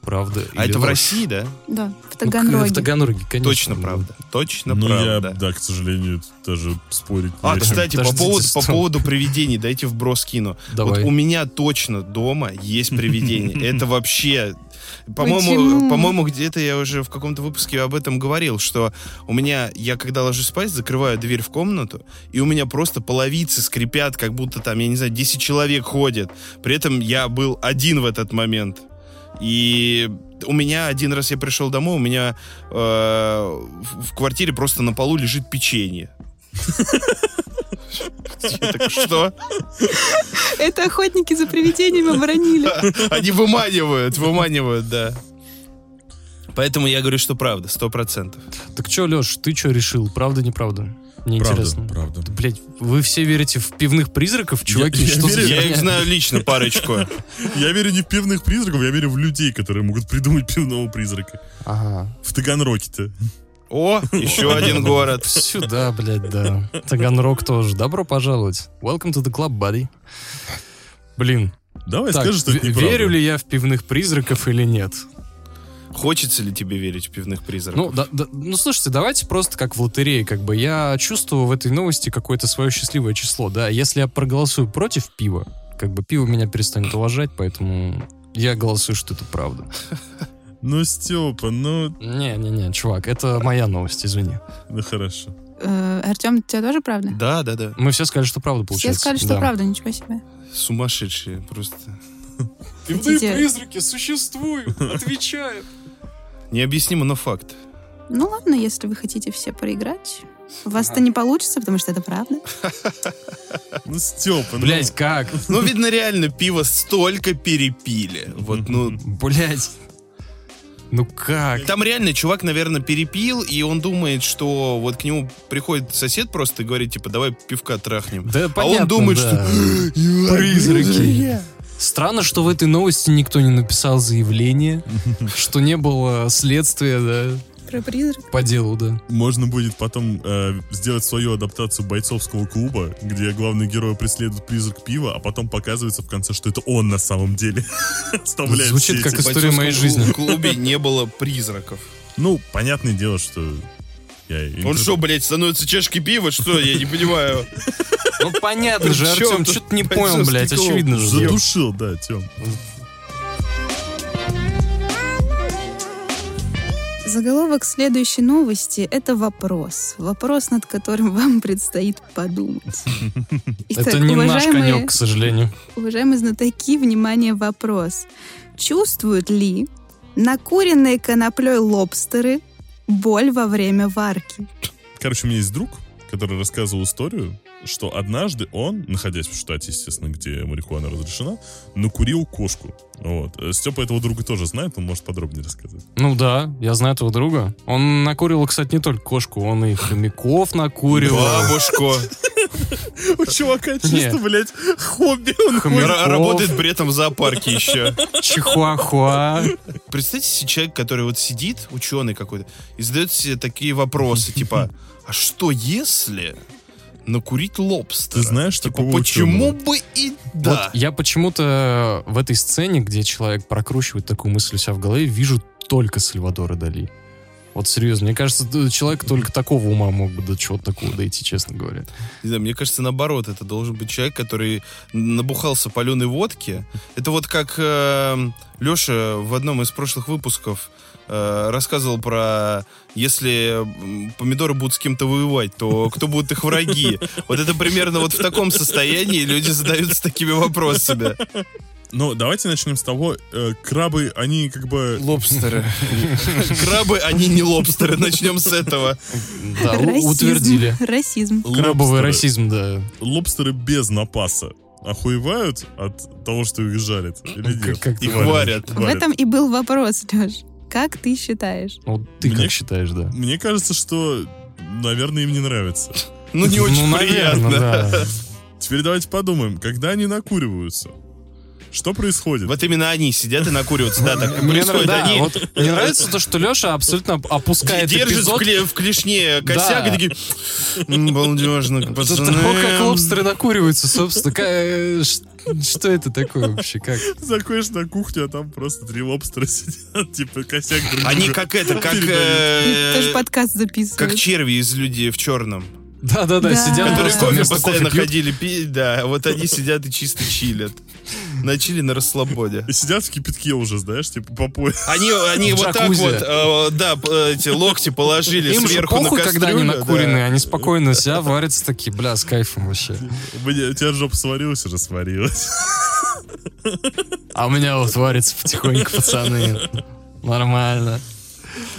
Speaker 3: Правда.
Speaker 2: А
Speaker 3: или
Speaker 2: это в
Speaker 3: ложь.
Speaker 2: России, да?
Speaker 4: Да,
Speaker 3: Ну,
Speaker 4: в
Speaker 3: к- В
Speaker 4: Таганроге.
Speaker 3: Таганроге, конечно.
Speaker 2: Точно правда. Точно
Speaker 1: Ну, я,
Speaker 2: правда.
Speaker 1: да, к сожалению, даже спорить
Speaker 2: А,
Speaker 1: нечем.
Speaker 2: кстати, по
Speaker 3: Подождите,
Speaker 2: поводу, по
Speaker 3: стоп.
Speaker 2: поводу привидений, дайте вброс кину.
Speaker 3: Давай.
Speaker 2: Вот у меня точно дома есть привидение. Это вообще...
Speaker 4: Почему?
Speaker 2: По-моему, по-моему, где-то я уже в каком-то выпуске об этом говорил, что у меня, я когда ложусь спать, закрываю дверь в комнату, и у меня просто половицы скрипят, как будто там, я не знаю, 10 человек ходит. При этом я был один в этот момент. И у меня один раз я пришел домой, у меня э, в в квартире просто на полу лежит печенье. Я так, Что?
Speaker 4: Это охотники за привидениями оборонили.
Speaker 2: Они выманивают, выманивают, да. Поэтому я говорю, что правда, сто процентов.
Speaker 3: Так что, Леш, ты что решил? Правда, неправда? Мне интересно.
Speaker 1: правда.
Speaker 3: Да, Блять, вы все верите в пивных призраков, чуваки?
Speaker 1: я
Speaker 3: что за
Speaker 1: верю.
Speaker 2: Я их
Speaker 3: херня?
Speaker 2: знаю лично, парочку.
Speaker 1: Я верю не в пивных призраков, я верю в людей, которые могут придумать пивного призрака.
Speaker 3: Ага.
Speaker 1: В Таганроке-то.
Speaker 2: О, еще один город.
Speaker 3: Сюда, блядь, да. Таганрог тоже. Добро пожаловать. Welcome to the club, buddy. Блин.
Speaker 1: Давай
Speaker 3: так,
Speaker 1: скажи, что это
Speaker 3: ве-
Speaker 1: неправда.
Speaker 3: верю ли я в пивных призраков или нет?
Speaker 2: Хочется ли тебе верить в пивных
Speaker 3: Ну,
Speaker 2: призраков?
Speaker 3: да- да- ну, слушайте, давайте просто как в лотерее, как бы. Я чувствую в этой новости какое-то свое счастливое число, да. Если я проголосую против пива, как бы пиво меня перестанет уважать, поэтому я голосую, что это правда.
Speaker 1: Ну, Степа, ну...
Speaker 3: Не-не-не, чувак, это моя новость, извини.
Speaker 1: Ну, хорошо.
Speaker 4: Э, Артем, у тебя тоже правда?
Speaker 2: Да, да, да.
Speaker 3: Мы все сказали, что правда
Speaker 4: Все
Speaker 3: получается.
Speaker 4: сказали, что
Speaker 3: Да.
Speaker 4: правда, ничего себе.
Speaker 2: Сумасшедшие просто.
Speaker 4: Пивные Хотите-
Speaker 3: призраки существуют, отвечаю.
Speaker 2: Необъяснимо, но факт.
Speaker 4: Ну ладно, если вы хотите все проиграть. У вас это не получится, потому что это правда.
Speaker 1: Ну, Степа, ну...
Speaker 3: Блять, как?
Speaker 2: Ну, видно, реально, пиво столько перепили. Вот, ну...
Speaker 3: Блять. Ну как?
Speaker 2: Там реально чувак, наверное, перепил, и он думает, что вот к нему приходит сосед просто и говорит, типа, давай пивка трахнем.
Speaker 3: Да,
Speaker 2: а
Speaker 3: понятно,
Speaker 2: он думает,
Speaker 3: да.
Speaker 2: что...
Speaker 3: Призраки. Странно, что в этой новости никто не написал заявление, что не было следствия, да,
Speaker 4: Про призрак.
Speaker 3: по делу, да.
Speaker 1: Можно будет потом э, сделать свою адаптацию бойцовского клуба, где главный герой преследует призрак пива, а потом показывается в конце, что это он на самом деле. Оставляет
Speaker 3: Звучит
Speaker 1: все
Speaker 3: как
Speaker 1: эти-
Speaker 3: из- История моей жизни.
Speaker 2: В клубе не было призраков.
Speaker 1: Ну, понятное дело, что... Я...
Speaker 2: Он что, блядь, становится чашкой пива? Что, я не понимаю.
Speaker 3: Ну понятно же,
Speaker 2: Чё
Speaker 3: Артем,
Speaker 2: тут
Speaker 3: что-то не понял,
Speaker 2: бойцовский
Speaker 3: блядь,
Speaker 2: клуб?
Speaker 3: очевидно же.
Speaker 1: Задушил, да, Тем.
Speaker 4: Заголовок следующей новости — это вопрос. Вопрос, над которым вам предстоит подумать.
Speaker 3: Это
Speaker 4: Итак,
Speaker 3: не наш
Speaker 4: уважаемые-
Speaker 3: конек, к сожалению.
Speaker 4: Уважаемые знатоки, внимание, вопрос. Чувствуют ли накуренные коноплей лобстеры боль во время варки?
Speaker 1: Короче, у меня есть друг, который рассказывал историю, что однажды он, находясь в штате, естественно, где марихуана разрешена, накурил кошку. Вот. Э, Степа этого друга тоже знает, он может подробнее рассказать.
Speaker 3: Ну да, я знаю этого друга. Он накурил, кстати, не только кошку, он и хомяков накурил.
Speaker 2: Бабушку.
Speaker 1: У чувака
Speaker 3: чисто,
Speaker 1: блядь, хобби.
Speaker 3: Хомяков,
Speaker 2: Ра- Работает при этом в зоопарке еще.
Speaker 3: чихуахуа.
Speaker 2: Представьте себе человек, который вот сидит, ученый какой-то, и задает себе такие вопросы, типа, а что если накурить лобстера?
Speaker 1: Ты знаешь
Speaker 2: Типа,
Speaker 1: такого
Speaker 2: почему
Speaker 1: ученого?
Speaker 2: бы и да?
Speaker 3: Вот я почему-то в этой сцене, где человек прокручивает такую мысль у себя в голове, вижу только Сальвадора Дали. Вот серьезно, мне кажется, д- человек только такого ума мог бы до чего-то такого дойти, честно говоря.
Speaker 2: Не знаю, мне кажется, наоборот, это должен быть человек, который набухался паленой водки. Это вот как Леша в одном из прошлых выпусков э, рассказывал про если м, помидоры будут с кем-то воевать, то кто будут их враги. Вот это примерно вот в таком состоянии люди задаются такими вопросами.
Speaker 1: Ну, давайте начнем с того, э, крабы, они как бы...
Speaker 2: Лобстеры. Крабы, они не лобстеры. Начнем с этого.
Speaker 3: Да, у-
Speaker 4: Расизм.
Speaker 3: утвердили.
Speaker 4: Расизм.
Speaker 3: Крабовый
Speaker 1: лобстеры-
Speaker 3: расизм, да.
Speaker 1: Лобстеры без напаса охуевают от того, что их жарят? Или
Speaker 3: Как-
Speaker 1: нет?
Speaker 3: как-то
Speaker 2: Их варят.
Speaker 4: В этом и был вопрос, Леш. Как ты считаешь?
Speaker 3: Ну, Вот ты
Speaker 1: Мне-
Speaker 3: как считаешь, да?
Speaker 1: Мне кажется, что, наверное, им не нравится.
Speaker 2: Ну, не очень приятно.
Speaker 3: наверно, да.
Speaker 1: Теперь давайте подумаем, когда они накуриваются, что происходит?
Speaker 2: Вот именно они сидят и накуриваются. Да, так и
Speaker 3: Мне нрав-
Speaker 2: происходит.
Speaker 3: да,
Speaker 2: Они
Speaker 3: вот мне нравится то, что Леша абсолютно опускает
Speaker 2: держит в,
Speaker 3: эпизод
Speaker 2: кле- в клешне косяк
Speaker 3: Да.
Speaker 2: и такие... «М, Балдежно,
Speaker 3: До
Speaker 2: пацаны.
Speaker 3: того, как лобстеры накуриваются, собственно, ка- э, ш- что это такое вообще? Как?
Speaker 1: Заходишь на кухню, а там просто три лобстера сидят, типа косяк друг
Speaker 2: Они
Speaker 1: друга.
Speaker 2: как это, как...
Speaker 1: Передают.
Speaker 2: э,
Speaker 4: Тоже подкаст
Speaker 2: Как
Speaker 4: записываешь.
Speaker 2: черви из людей в черном.
Speaker 3: Да-да-да,
Speaker 4: Да.
Speaker 3: сидят
Speaker 2: Которые
Speaker 3: А,
Speaker 4: Которые
Speaker 3: просто
Speaker 2: кофе
Speaker 3: вместо кофе
Speaker 2: постоянно
Speaker 3: пьют.
Speaker 2: ходили пить, да. Вот они сидят и чисто чилят. На чили на расслабоне.
Speaker 1: И сидят в кипятке уже, знаешь, типа по пояс.
Speaker 2: Они, они
Speaker 3: В
Speaker 2: вот так
Speaker 3: джакузи.
Speaker 2: вот, э, да, п- эти локти положили
Speaker 3: Им же
Speaker 2: сверху на
Speaker 3: похуй, когда они
Speaker 2: кастрюлю, да.
Speaker 3: накуренные, они спокойно себя варятся такие, бля, с кайфом вообще.
Speaker 1: Мне- У тебя жопа сварилась уже, сварилась.
Speaker 3: А у меня вот варится потихоньку, пацаны. Нормально.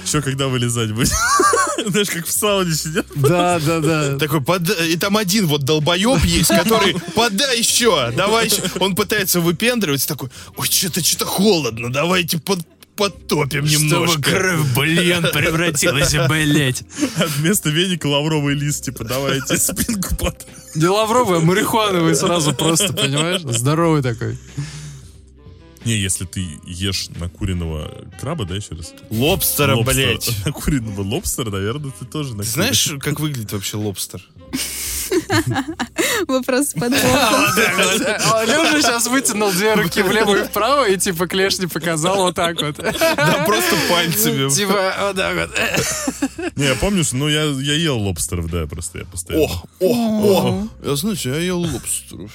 Speaker 1: Че, когда вылезать будешь? Знаешь, как в сауне сидят.
Speaker 3: Да-да-да.
Speaker 2: Такой, под... и там один вот долбоеб есть, который, подай еще, давай еще. Он пытается выпендриваться, такой, ой, что-то, что-то холодно, давайте под... потопим немножко.
Speaker 3: кровь в бульон превратилась, блять.
Speaker 1: А вместо веника лавровый лист, типа, давайте спинку под...
Speaker 3: Не лавровый, а марихуановый сразу просто, понимаешь? Здоровый такой.
Speaker 1: Не, если ты ешь накуренного краба, да, еще раз?
Speaker 2: Лобстера,
Speaker 1: Лобстера.
Speaker 2: блядь.
Speaker 1: Накуренного лобстера, наверное, ты тоже
Speaker 2: Ты
Speaker 1: накурен.
Speaker 2: знаешь, как выглядит вообще лобстер?
Speaker 4: Вопрос с
Speaker 3: А,
Speaker 4: подвохом.
Speaker 3: Леша сейчас вытянул две руки влево и вправо и типа клешни показал вот так вот.
Speaker 2: Да просто пальцами.
Speaker 3: Типа вот так вот.
Speaker 1: Не, я помню, что, ну, я, я ел лобстеров, да, просто я постоянно.
Speaker 2: О, о, о. Я, знаете, а я ел лобстеров.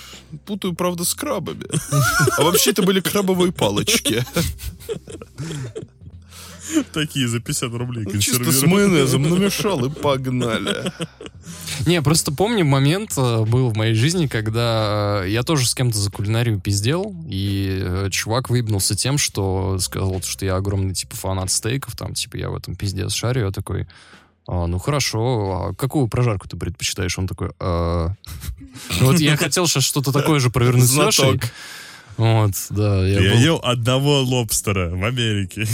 Speaker 2: Путаю, правда, с крабами. А вообще это были крабовые палочки.
Speaker 1: Такие за 50 рублей
Speaker 2: Ну, Чисто с
Speaker 1: консервированные.
Speaker 2: майонезом намешал и погнали.
Speaker 3: Не, просто помню момент э, был в моей жизни, когда э, я тоже с кем-то за кулинарию пиздел, и э, чувак выебнулся тем, что сказал, что я огромный, типа, фанат стейков, там, типа, я в этом пиздец шарю, я такой, «А, ну хорошо, а какую прожарку ты предпочитаешь? Он такой, «А». вот я хотел сейчас что-то такое же провернуть с
Speaker 2: Знаток.
Speaker 3: Лешей. Вот, да, я,
Speaker 1: Я
Speaker 3: был-
Speaker 1: ел одного лобстера в Америке.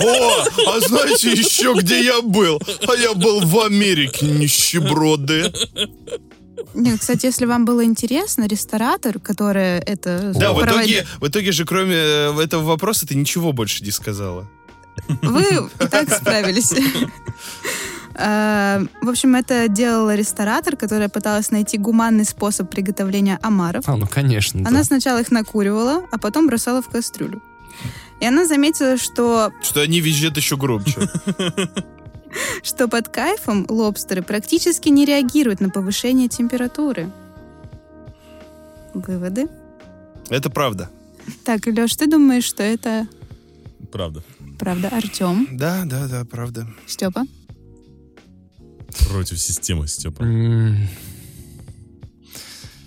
Speaker 2: О, а знаете еще, где я был? А я был в Америке, нищеброды.
Speaker 4: Не, Кстати, если вам было интересно, ресторатор, который это
Speaker 2: Да, в
Speaker 4: проводил-
Speaker 2: итоге, в итоге же, кроме э, этого вопроса, ты ничего больше не сказала.
Speaker 4: Вы и так справились. Э, В общем, это делала ресторатор, которая пыталась найти гуманный способ приготовления омаров.
Speaker 3: А, ну конечно,
Speaker 4: Она
Speaker 3: да.
Speaker 4: сначала их накуривала, а потом бросала в кастрюлю. И она заметила, что,
Speaker 2: Что они визжат еще громче.
Speaker 4: что под кайфом лобстеры практически не реагируют на повышение температуры. Выводы.
Speaker 2: Это правда.
Speaker 4: Так, Леш, ты думаешь, что это
Speaker 1: Правда.
Speaker 4: правда? Артем,
Speaker 2: Да, да, да, правда.
Speaker 4: Степа?
Speaker 1: Против системы, Степа.
Speaker 3: М,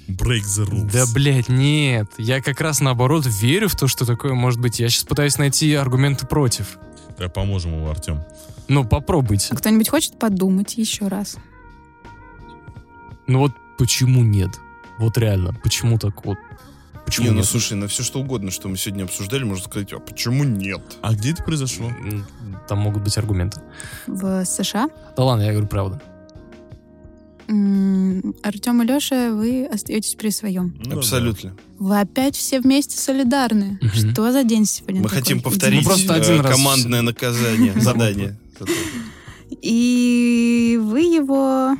Speaker 1: Break the rules.
Speaker 3: Да, блядь, нет. Я как раз наоборот верю в то, что такое может быть. Я сейчас пытаюсь найти аргументы против.
Speaker 1: Давай поможем ему, Артем.
Speaker 3: Ну, попробуйте.
Speaker 4: А Кто-нибудь хочет подумать еще раз?
Speaker 3: Ну вот почему нет? Вот реально, почему так вот? Почему
Speaker 2: Не, ну
Speaker 3: нет?
Speaker 2: слушай, на все что угодно, что мы сегодня обсуждали, можно сказать, а почему нет?
Speaker 1: А где это
Speaker 2: ну.
Speaker 1: произошло?
Speaker 3: М, Там могут быть аргументы.
Speaker 4: В США
Speaker 3: Да ладно, я говорю правду.
Speaker 4: Артем и Леша, вы остаетесь при своем.
Speaker 1: Ну,
Speaker 2: Абсолютно.
Speaker 4: Вы опять все вместе солидарны.
Speaker 3: Мгм.
Speaker 4: Что за день сегодня?
Speaker 2: Мы
Speaker 4: такой?
Speaker 2: хотим повторить
Speaker 3: Ну, просто один
Speaker 2: э,
Speaker 3: раз.
Speaker 2: командное наказание, задание.
Speaker 4: И вы его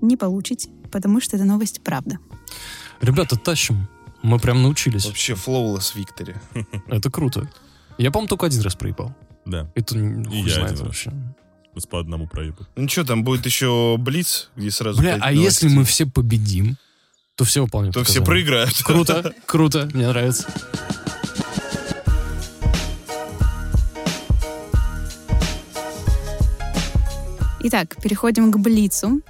Speaker 4: не получите, потому что эта новость правда.
Speaker 3: Ребята, тащим. Мы прям научились.
Speaker 2: Вообще, флоулес Виктори.
Speaker 3: Это круто. Я, по-моему, только один раз проебал.
Speaker 1: да. Да,
Speaker 3: Это
Speaker 1: И
Speaker 3: хуй
Speaker 1: я
Speaker 3: знает
Speaker 1: один раз.
Speaker 3: вообще.
Speaker 1: вот по одному проебу.
Speaker 2: Ну что, там будет еще блиц, где сразу...
Speaker 3: Бля,
Speaker 2: пять
Speaker 3: а
Speaker 2: новостей.
Speaker 3: если мы все победим, то все выполним.
Speaker 2: То все
Speaker 3: показания.
Speaker 2: проиграют.
Speaker 3: Круто, круто, мне нравится.
Speaker 4: Итак, переходим к Блицу.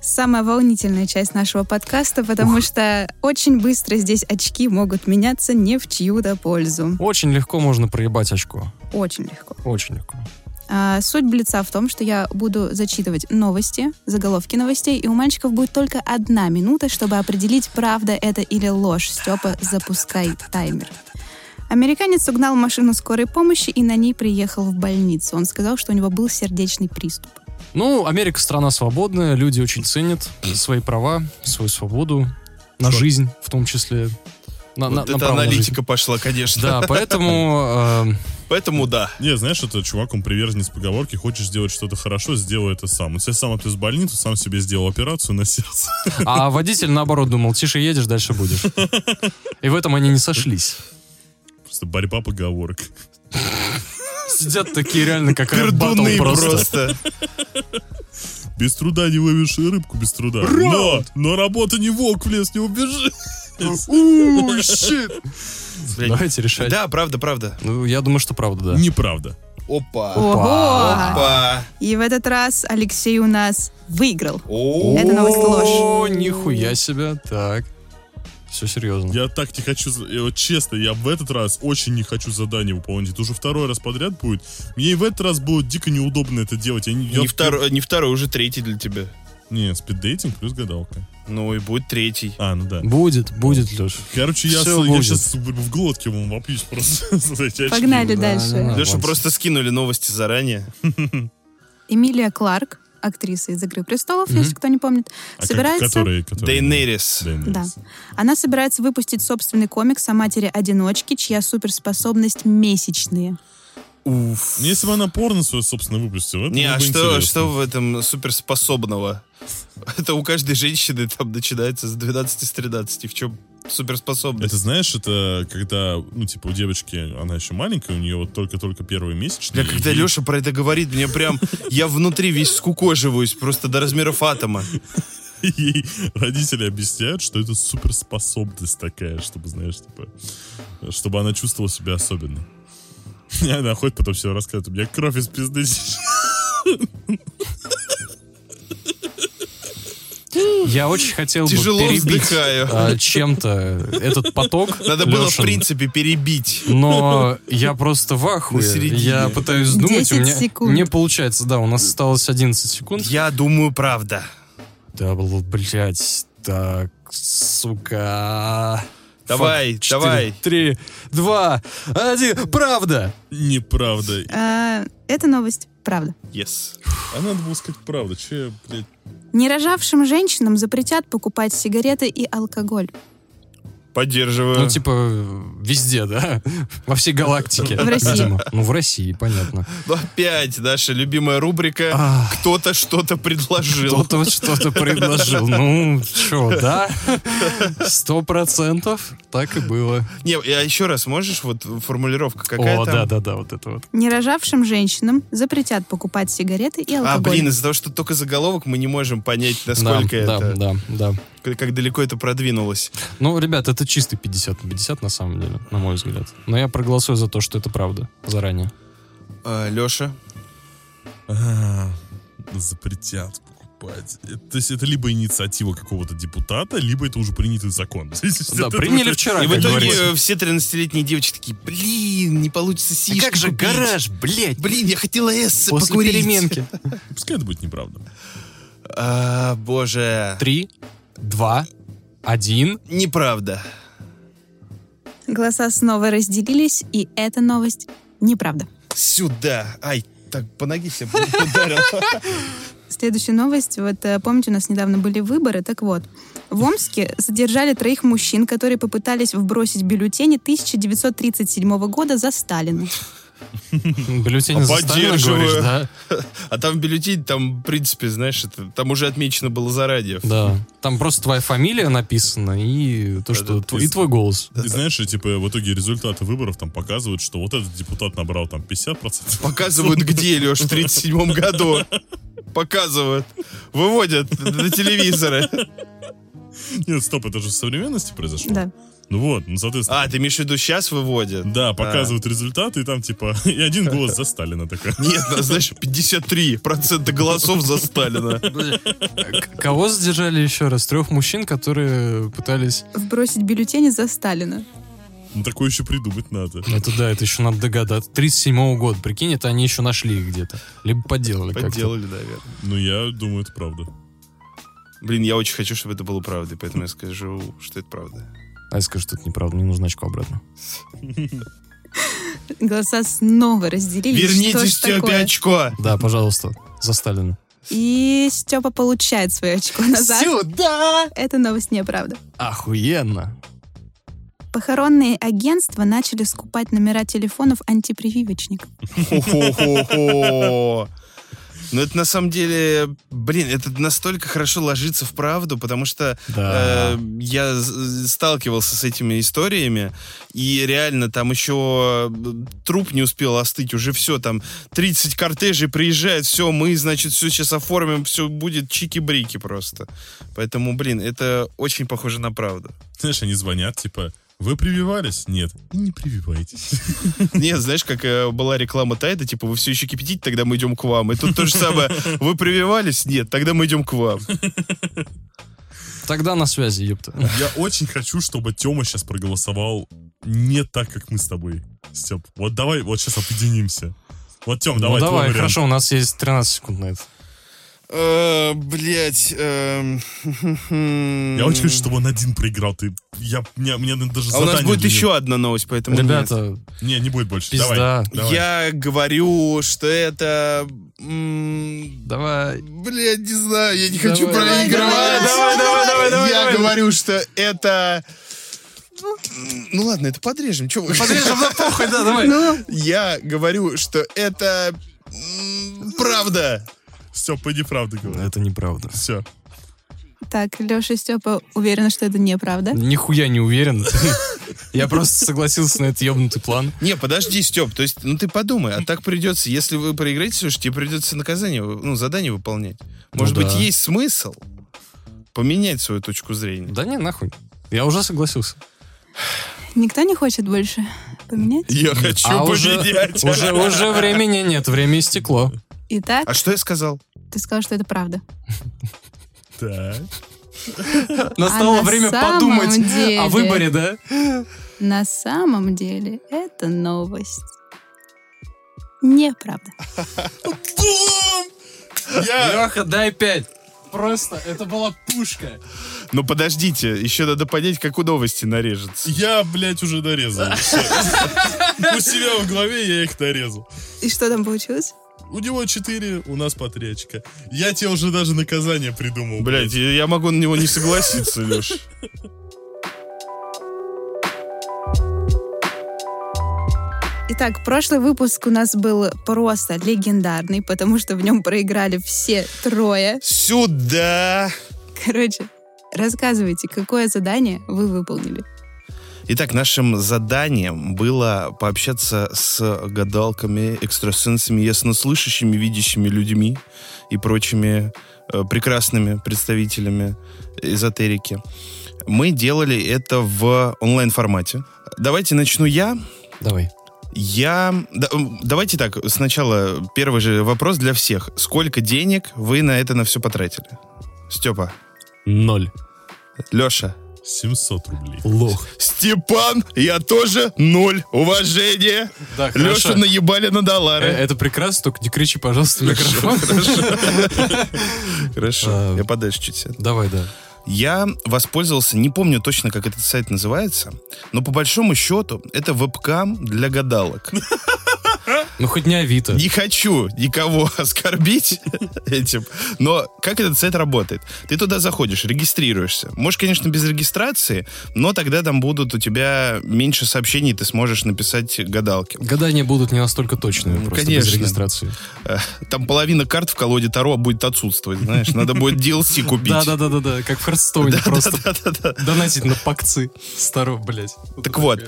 Speaker 4: Самая волнительная часть нашего подкаста, потому что очень быстро здесь очки могут меняться не в чью-то пользу.
Speaker 3: Очень легко можно проебать очко.
Speaker 4: Очень легко.
Speaker 3: Очень легко.
Speaker 4: А, Суть Блица в том, что я буду зачитывать новости, заголовки новостей, и у мальчиков будет только одна минута, чтобы определить, правда это или ложь. Степа, запускай таймер. Американец угнал машину скорой помощи и на ней приехал в больницу. Он сказал, что у него был сердечный приступ.
Speaker 3: Ну, Америка страна свободная, люди очень ценят свои права, свою свободу, на
Speaker 2: Чёрт.
Speaker 3: жизнь в том числе. На, на-
Speaker 2: Вот
Speaker 3: на
Speaker 2: это
Speaker 3: право на жизнь.
Speaker 2: аналитика пошла, конечно.
Speaker 3: Да, поэтому э,
Speaker 2: Поэтому да.
Speaker 1: Не, знаешь, это чувак, он приверженец поговорки, хочешь сделать что-то хорошо, сделай это сам. У тебя сам отвез в больницу, сам себе сделал операцию на сердце.
Speaker 3: э, а водитель наоборот думал, тише едешь, дальше будешь. И в этом они не сошлись.
Speaker 1: Просто борьба поговорок.
Speaker 3: Сидят такие реально как рэп батл
Speaker 2: Пердуны
Speaker 3: просто.
Speaker 2: просто.
Speaker 1: Без труда не выловишь и рыбку без труда. Но, но работа не волк, в лес не убежит.
Speaker 3: У, щит.
Speaker 2: Блядь.
Speaker 3: Давайте решать.
Speaker 2: Да, правда, правда.
Speaker 3: Ну, я думаю, что правда, да.
Speaker 1: Неправда.
Speaker 2: Опа.
Speaker 4: Ого!
Speaker 2: Опа.
Speaker 4: И в этот раз Алексей у нас выиграл.
Speaker 2: О.
Speaker 4: Это новость ложь.
Speaker 3: О, нихуя себе. Так. Все серьезно.
Speaker 1: Я так не хочу... за- э, Вот честно, я в этот раз очень не хочу задание выполнять. Это уже второй раз подряд будет. Мне и в этот раз будет дико неудобно это делать. Я не, я
Speaker 2: Не
Speaker 1: в-
Speaker 2: второй, не второй, уже третий для тебя.
Speaker 1: Не, спиддейтинг плюс гадалка.
Speaker 2: Ну и будет третий.
Speaker 1: А, ну да.
Speaker 3: Будет, будет, Леш.
Speaker 1: Короче, я,
Speaker 3: Всё будет.
Speaker 1: сейчас в глотке вам воплюсь просто. за эти очки.
Speaker 4: Погнали
Speaker 3: Да,
Speaker 4: дальше.
Speaker 3: да, да.
Speaker 2: Леша
Speaker 3: Аванс.
Speaker 2: просто скинули новости заранее.
Speaker 4: Эмилия Кларк, актриса из «Игры престолов»,
Speaker 3: Мгм.
Speaker 4: если кто не помнит,
Speaker 1: А как-
Speaker 4: собирается...
Speaker 1: Которые, которые...
Speaker 2: Дейнерис.
Speaker 1: Дейнерис.
Speaker 4: Она собирается выпустить собственный комикс о матери-одиночке, чья суперспособность месячные.
Speaker 2: Уф.
Speaker 1: Ну, Если бы она порно свое, собственно, выпустила, это
Speaker 2: Не,
Speaker 1: было
Speaker 2: а
Speaker 1: бы
Speaker 2: что,
Speaker 1: интересно.
Speaker 2: что в этом суперспособного? Это у каждой женщины там начинается с 12 с 13. В чем суперспособность?
Speaker 1: Это, знаешь, это когда, ну, типа, у девочки, она еще маленькая, у нее вот только-только первый месяц.
Speaker 2: Бля, когда Леша про это говорит, мне прям... Я внутри весь скукоживаюсь, просто до размеров атома.
Speaker 1: Ей родители объясняют, что это суперспособность такая, чтобы, знаешь, типа, чтобы она чувствовала себя особенно. И она ходит, потом все рассказывает, у меня кровь из пизды течет».
Speaker 3: Я очень хотел бы
Speaker 2: Тяжело
Speaker 3: перебить
Speaker 2: вздыхаю.
Speaker 3: а, чем-то этот поток.
Speaker 2: Надо было, в
Speaker 3: Лёшин,
Speaker 2: принципе, перебить.
Speaker 3: Но я просто в ахуе.
Speaker 2: На середине.
Speaker 3: Я пытаюсь думать, у
Speaker 4: 10
Speaker 3: меня
Speaker 4: секунд.
Speaker 3: не получается. Да, у нас осталось 11 секунд.
Speaker 2: Я думаю, правда.
Speaker 3: Да, бл- блядь, так, сука.
Speaker 2: Давай,
Speaker 3: Фак, четыре,
Speaker 2: давай.
Speaker 3: Три, два, один. Правда.
Speaker 1: Неправда.
Speaker 4: Э, Это новость, правда.
Speaker 2: Yes.
Speaker 1: А надо было сказать правду. Че, я, блядь,
Speaker 4: Нерожавшим женщинам запретят покупать сигареты и алкоголь.
Speaker 2: Поддерживаю.
Speaker 3: Ну, типа, везде, да? Во всей галактике.
Speaker 4: В России.
Speaker 3: видимо. Ну, в России, понятно.
Speaker 2: Ну, Опять наша любимая рубрика
Speaker 3: Ах.
Speaker 2: «Кто-то что-то предложил».
Speaker 3: А. Кто-то вот что-то предложил. Ну, чё, да? Сто процентов так и было.
Speaker 2: Не, а еще раз можешь, вот формулировка какая
Speaker 3: О,
Speaker 2: там?
Speaker 3: да-да-да, вот это вот.
Speaker 4: Нерожавшим женщинам запретят покупать сигареты и алкоголь.
Speaker 2: А, блин, из-за того, что только заголовок, мы не можем понять, насколько
Speaker 3: да,
Speaker 2: это,
Speaker 3: Да, да, да.
Speaker 2: к- как далеко это продвинулось.
Speaker 3: Ну, ребят, это чистый 50 на 50 на самом деле, на мой взгляд. Но я проголосую за то, что это правда заранее.
Speaker 2: Леша,
Speaker 1: А, запретят покупать. Это- то есть это либо инициатива какого-то депутата, либо это уже принятый закон. То есть
Speaker 3: Да,
Speaker 1: это
Speaker 3: приняли
Speaker 1: уже-
Speaker 3: вчера,
Speaker 2: и в
Speaker 3: как
Speaker 2: итоге
Speaker 3: говорится. А
Speaker 2: э, все 13-летние девочки такие, блин, не получится сиськи купить.
Speaker 3: блядь?
Speaker 2: Блин, я хотела эссе
Speaker 3: После
Speaker 2: покурить.
Speaker 3: переменки.
Speaker 1: Пускай это будет неправда.
Speaker 2: А, боже.
Speaker 3: Три, два, один.
Speaker 2: Неправда.
Speaker 4: Голоса снова разделились, и эта новость неправда.
Speaker 2: Сюда. Ай, так по ноге себе ударил.
Speaker 4: Следующая новость. Вот э, помните, у нас недавно были выборы. Так вот, в Омске задержали троих мужчин, которые попытались вбросить бюллетени 1937 года за Сталина.
Speaker 3: Бюллетень
Speaker 2: А
Speaker 3: за Сталина,
Speaker 2: поддерживаю.
Speaker 3: говоришь, да?
Speaker 2: А там в бюллетень, там, в принципе, знаешь, это, там уже отмечено было заранее.
Speaker 3: Да. Там просто твоя фамилия написана и то, что...
Speaker 2: Да-да,
Speaker 3: тв- И твой голос.
Speaker 1: Ты знаешь, что, типа, в итоге результаты выборов там показывают, что вот этот депутат набрал там 50%.
Speaker 2: Показывают где, Леш, в 37 году. Показывают. Выводят на телевизоры.
Speaker 1: Нет, стоп, это же в современности произошло.
Speaker 4: Да.
Speaker 1: Ну вот, ну, соответственно.
Speaker 2: А, ты имеешь в виду, сейчас выводят? А.
Speaker 1: Да, показывают результаты, и там, типа, и один голос за Сталина такой.
Speaker 2: Нет, ну, знаешь, 53% голосов за Сталина.
Speaker 3: К- Кого задержали еще раз? Трех мужчин, которые пытались...
Speaker 4: Вбросить бюллетени за Сталина.
Speaker 1: Ну, такое еще придумать надо.
Speaker 3: Ну, Это да, это еще надо догадаться. 37-го года, прикинь, это они еще нашли их где-то. Либо подделали как-то.
Speaker 2: Подделали, наверное.
Speaker 1: Ну, я думаю, это правда.
Speaker 2: Блин, я очень хочу, чтобы это было правдой, поэтому я скажу, что это правда.
Speaker 3: А я скажу, что это неправда, мне нужно очко обратно.
Speaker 4: Голоса снова разделились. Что ж
Speaker 2: Верните Степе
Speaker 4: такое?
Speaker 2: очко!
Speaker 3: Да, пожалуйста, за Сталина.
Speaker 4: И Степа получает свое очко назад.
Speaker 3: Сюда!
Speaker 4: Эта новость неправда.
Speaker 3: Охуенно.
Speaker 4: Похоронные агентства начали скупать номера телефонов антипрививочников.
Speaker 2: Хо-хо-хо-хо. Ну, это на самом деле, блин, это настолько хорошо ложится в правду, потому что
Speaker 3: Да.
Speaker 2: э, я с- сталкивался с этими историями, и реально там еще труп не успел остыть, уже все, там 30 кортежей приезжает, все, мы, значит, все сейчас оформим, все будет чики-брики просто. Поэтому, блин, это очень похоже на правду.
Speaker 1: Знаешь, они звонят, типа, вы прививались? Нет. И не прививайтесь.
Speaker 2: Нет, знаешь, как э, была реклама Тайда, типа, вы все еще кипятите, тогда мы идем к вам. И тут то же самое, вы прививались? Нет, тогда мы идем к вам.
Speaker 3: Тогда на связи, ёпта.
Speaker 1: Я очень хочу, чтобы Тёма сейчас проголосовал не так, как мы с тобой, Степ. Вот давай, вот сейчас объединимся. Вот, Тём,
Speaker 3: Ну
Speaker 1: давай, твой
Speaker 3: давай,
Speaker 1: вариант.
Speaker 3: хорошо, у нас есть 13 секунд на это.
Speaker 2: Э, эм, Блять.
Speaker 1: Я
Speaker 2: Я
Speaker 1: очень хочу, чтобы он один проиграл. Ты, я, мне, мне даже
Speaker 2: А у нас
Speaker 1: задание
Speaker 2: будет
Speaker 1: для него.
Speaker 2: еще одна новость, поэтому... нет.
Speaker 3: Ребята,
Speaker 1: Не, не будет больше. Давай,
Speaker 3: Пизда.
Speaker 1: давай.
Speaker 2: Я говорю, что это... Блять,
Speaker 3: давай.
Speaker 2: не знаю, я не хочу
Speaker 3: Давай.
Speaker 2: проигрывать.
Speaker 4: Давай,
Speaker 3: давай, давай, давай, давай,
Speaker 2: Я
Speaker 3: давай.
Speaker 2: говорю, что это... Ну ладно, это подрежем. Че вы? Ну?
Speaker 5: Подрежем на похуй, да, давай.
Speaker 2: Я говорю, что это... м, Правда.
Speaker 1: Все, пойди правду говори.
Speaker 3: Это неправда.
Speaker 1: Все.
Speaker 4: Так, Леша и Степа уверены, что это неправда.
Speaker 3: Нихуя не уверен. Я просто согласился на этот ебнутый план.
Speaker 2: Не, подожди, Степ, то есть, ну ты подумай, а так придется, если вы проиграете, слушай, тебе придется наказание, вы- ну, задание выполнять. Может
Speaker 3: Ну
Speaker 2: быть,
Speaker 3: да.
Speaker 2: есть смысл поменять свою точку зрения?
Speaker 3: Да не, нахуй. Я уже согласился.
Speaker 4: Никто не хочет больше поменять?
Speaker 2: Я хочу
Speaker 3: А уже, уже, уже времени нет, время истекло.
Speaker 4: Итак,
Speaker 2: А что я сказал?
Speaker 4: ты сказал, что это правда.
Speaker 1: Так.
Speaker 3: Настало
Speaker 4: А на
Speaker 3: время
Speaker 4: самом
Speaker 3: подумать
Speaker 4: деле-
Speaker 3: о выборе, да?
Speaker 4: На самом деле это новость. Неправда.
Speaker 3: Леха, дай пять. Просто, это была пушка.
Speaker 2: Ну подождите, еще надо понять, как у новости нарежется.
Speaker 1: Я, блядь, уже нарезал. Всё. У себя в голове я их нарезал.
Speaker 4: И что там получилось?
Speaker 1: У него 4, у нас по 3 очка. Я тебе уже даже наказание придумал.
Speaker 2: Блять, я я могу на него не согласиться, Леш.
Speaker 4: Итак, прошлый выпуск у нас был просто легендарный, потому что в нем проиграли все трое.
Speaker 2: Сюда!
Speaker 4: Короче, рассказывайте, какое задание вы выполнили.
Speaker 2: Итак, нашим заданием было пообщаться с гадалками, экстрасенсами, яснослышащими, видящими людьми и прочими э, прекрасными представителями эзотерики. Мы делали это в онлайн-формате. Давайте начну я.
Speaker 3: Давай.
Speaker 2: Я... да, м, давайте так, сначала первый же вопрос для всех. Сколько денег вы на это на все потратили? Степа,
Speaker 3: Ноль.
Speaker 2: Леша.
Speaker 1: 700 рублей.
Speaker 3: Лох.
Speaker 2: Степан, я тоже ноль уважения.
Speaker 3: Да,
Speaker 2: Леша наебали на
Speaker 3: Э,
Speaker 2: доллары.
Speaker 3: Это прекрасно, только не кричи, пожалуйста, в микрофон.
Speaker 2: Хорошо,
Speaker 3: А.
Speaker 2: я подальше чуть сяду.
Speaker 3: Давай, да.
Speaker 2: Я воспользовался, не помню точно, как этот сайт называется, но по большому счету это вебкам для гадалок.
Speaker 3: Ну хоть не Авито.
Speaker 2: Не хочу никого оскорбить этим, но как этот сайт работает? Ты туда заходишь, регистрируешься. Можешь, конечно, без регистрации, но тогда там будут у тебя меньше сообщений, ты сможешь написать гадалки.
Speaker 3: Гадания будут не настолько точными,
Speaker 2: Ну,
Speaker 3: просто без
Speaker 2: конечно.
Speaker 3: регистрации.
Speaker 2: Э, Там половина карт в колоде Таро будет отсутствовать, знаешь. Надо будет DLC купить.
Speaker 3: Да-да-да-да, как в Хардстоуне, просто
Speaker 2: Да-да-да.
Speaker 3: донатить на пакцы. Старо, блядь.
Speaker 2: Так вот,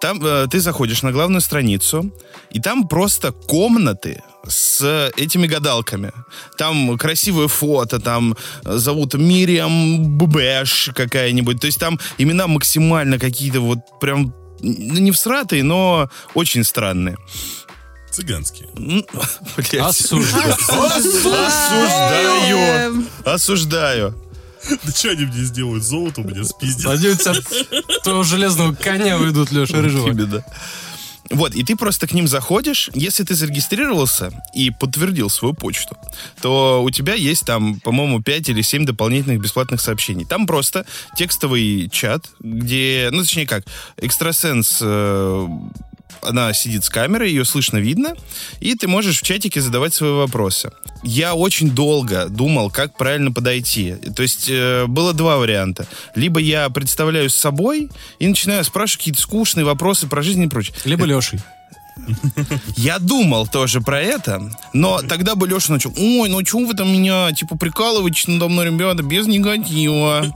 Speaker 2: там э, ты заходишь на главную страницу, и там просто комнаты с этими гадалками. Там красивые фото, там э, зовут Мириам Бубеш какая-нибудь. То есть там имена максимально какие-то вот прям ну, не всратые, но очень странные.
Speaker 1: Цыганские.
Speaker 2: М, блядь.
Speaker 3: Осуждаю.
Speaker 2: Осуждаю.
Speaker 4: Эм,
Speaker 2: Осуждаю.
Speaker 1: Да что они мне сделают? Золото у меня спиздят.
Speaker 3: Они у тебя твоего железного коня выйдут, Леша, рыжего.
Speaker 2: Тебе, да. Вот, и ты просто к ним заходишь. Если ты зарегистрировался и подтвердил свою почту, то у тебя есть там, по-моему, 5 или 7 дополнительных бесплатных сообщений. Там просто текстовый чат, где, ну, точнее как, экстрасенс э, она сидит с камерой, ее слышно, видно, и ты можешь в чатике задавать свои вопросы. Я очень долго думал, как правильно подойти. То есть э, было два варианта. Либо я представляю с собой и начинаю спрашивать какие-то скучные вопросы про жизнь и прочее.
Speaker 3: Либо Лешей.
Speaker 2: Я думал тоже про это, но тогда бы Леша начал, ой, ну чего вы там меня, типа, прикалываетесь надо мной, ребята, без негатива.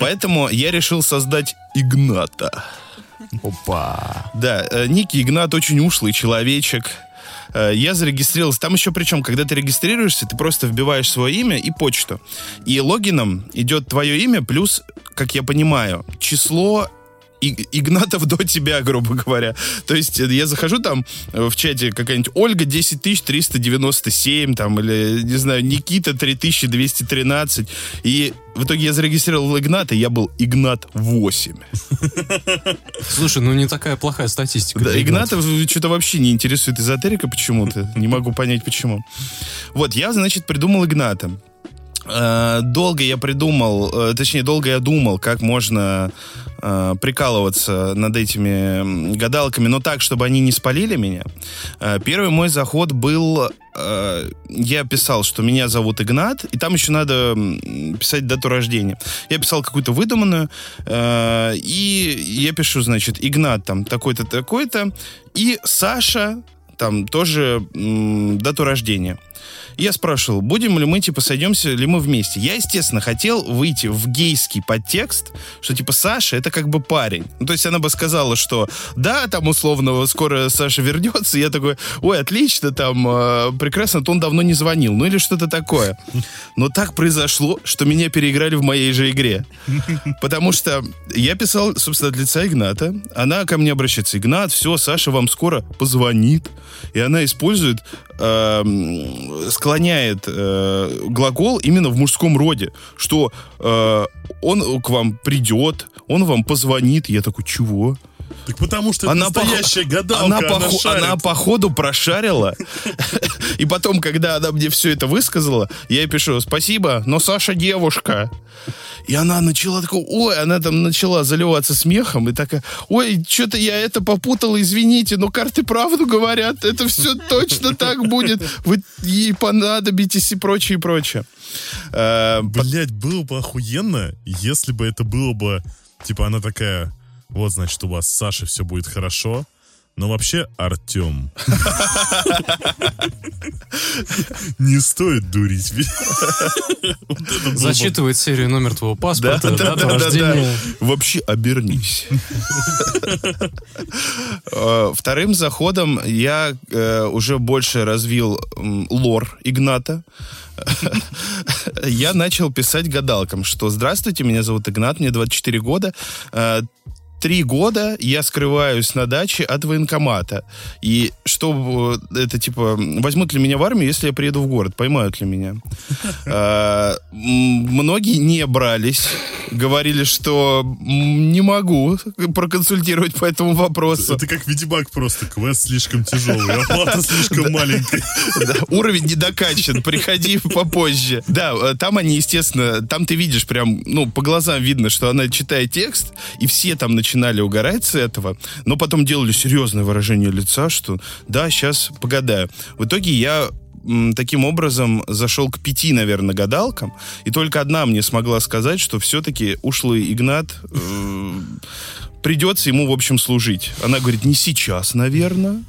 Speaker 2: Поэтому я решил создать Игната.
Speaker 3: Опа.
Speaker 2: Да, э, Ники Игнат очень ушлый человечек. Э, Я зарегистрировался. Там еще причем, когда ты регистрируешься, ты просто вбиваешь свое имя и почту. И логином идет твое имя плюс, как я понимаю, число И- Игнатов до тебя, грубо говоря. То есть э, я захожу там э, в чате какая-нибудь Ольга 10397, там, или, не знаю, Никита 3213. И в итоге я зарегистрировал Игната, и я был Игнат 8.
Speaker 3: Слушай, ну не такая плохая статистика.
Speaker 2: Да,
Speaker 3: для
Speaker 2: Игнатов что-то вообще не интересует эзотерика почему-то. Не могу понять, почему. Вот, я, значит, придумал Игната. Э, Долго я придумал, э, точнее, долго я думал, как можно э, прикалываться над этими м, гадалками, но так, чтобы они не спалили меня. Э, Первый мой заход был... э, Я писал, что меня зовут Игнат, и там еще надо м, писать дату рождения. Я писал какую-то выдуманную, э, и я пишу, значит, Игнат там такой-то, такой-то, и Саша там тоже м, дату рождения. И Я спрашивал, будем ли мы, типа, сойдемся ли мы вместе. Я, естественно, хотел выйти в гейский подтекст, что, типа, Саша — это как бы парень. Ну, то есть она бы сказала, что да, там, условно, скоро Саша вернется. И я такой, ой, отлично, там, э, прекрасно, то он давно не звонил. Ну, или что-то такое. Но так произошло, что меня переиграли в моей же игре. Потому что я писал, собственно, от лица Игната. Она ко мне обращается. Игнат, все, Саша вам скоро позвонит. И она использует, эм, склоняет э, глагол именно в мужском роде. Что э, он к вам придет, он вам позвонит. Я такой, чего?
Speaker 1: Так потому что
Speaker 2: А Она
Speaker 1: это
Speaker 2: пох-
Speaker 1: настоящая гадалка,
Speaker 2: она,
Speaker 1: она,
Speaker 2: похо-
Speaker 1: шарит.
Speaker 2: она походу прошарила. И потом, когда она мне все это высказала, я ей пишу, спасибо, но Саша девушка. И она начала такой, ой, она там начала заливаться смехом и такая, ой, что-то я это попутала, извините, но карты правду говорят, это все точно так будет, вы ей понадобитесь и прочее, и прочее. Э,
Speaker 1: Блять, было бы охуенно, если бы это было бы... Типа она такая, вот, значит, у вас с Сашей все будет хорошо, но вообще, Артем, не стоит дурить. Вот это было бы-
Speaker 3: нас. Зачитывает серию номер твоего паспорта, дату рождения.
Speaker 2: Вообще обернись. Э, Вторым заходом я э, уже больше развил м, лор Игната. Я начал писать гадалкам, что «Здравствуйте, меня зовут Игнат, мне 24 года». Э, Три года я скрываюсь на даче от военкомата. И что э, это типа, возьмут ли меня в армию, если я приеду в город, поймают ли меня? Э, м, Многие не брались, говорили, что м, не могу проконсультировать по этому вопросу.
Speaker 1: Это как Ведьмак просто. Квест слишком тяжелый, оплата слишком маленькая.
Speaker 2: Да, Уровень не докачан, приходи попозже. Да, э, там они, естественно, там ты видишь прям, ну, по глазам видно, что она читает текст, и все там начинали угорать с этого, но потом делали серьезное выражение лица, что да, сейчас погадаю. В итоге я м, таким образом зашел к пяти, наверное, гадалкам, и только одна мне смогла сказать, что все-таки ушлый Игнат э, придется ему, в общем, служить. Она говорит, не сейчас, наверное,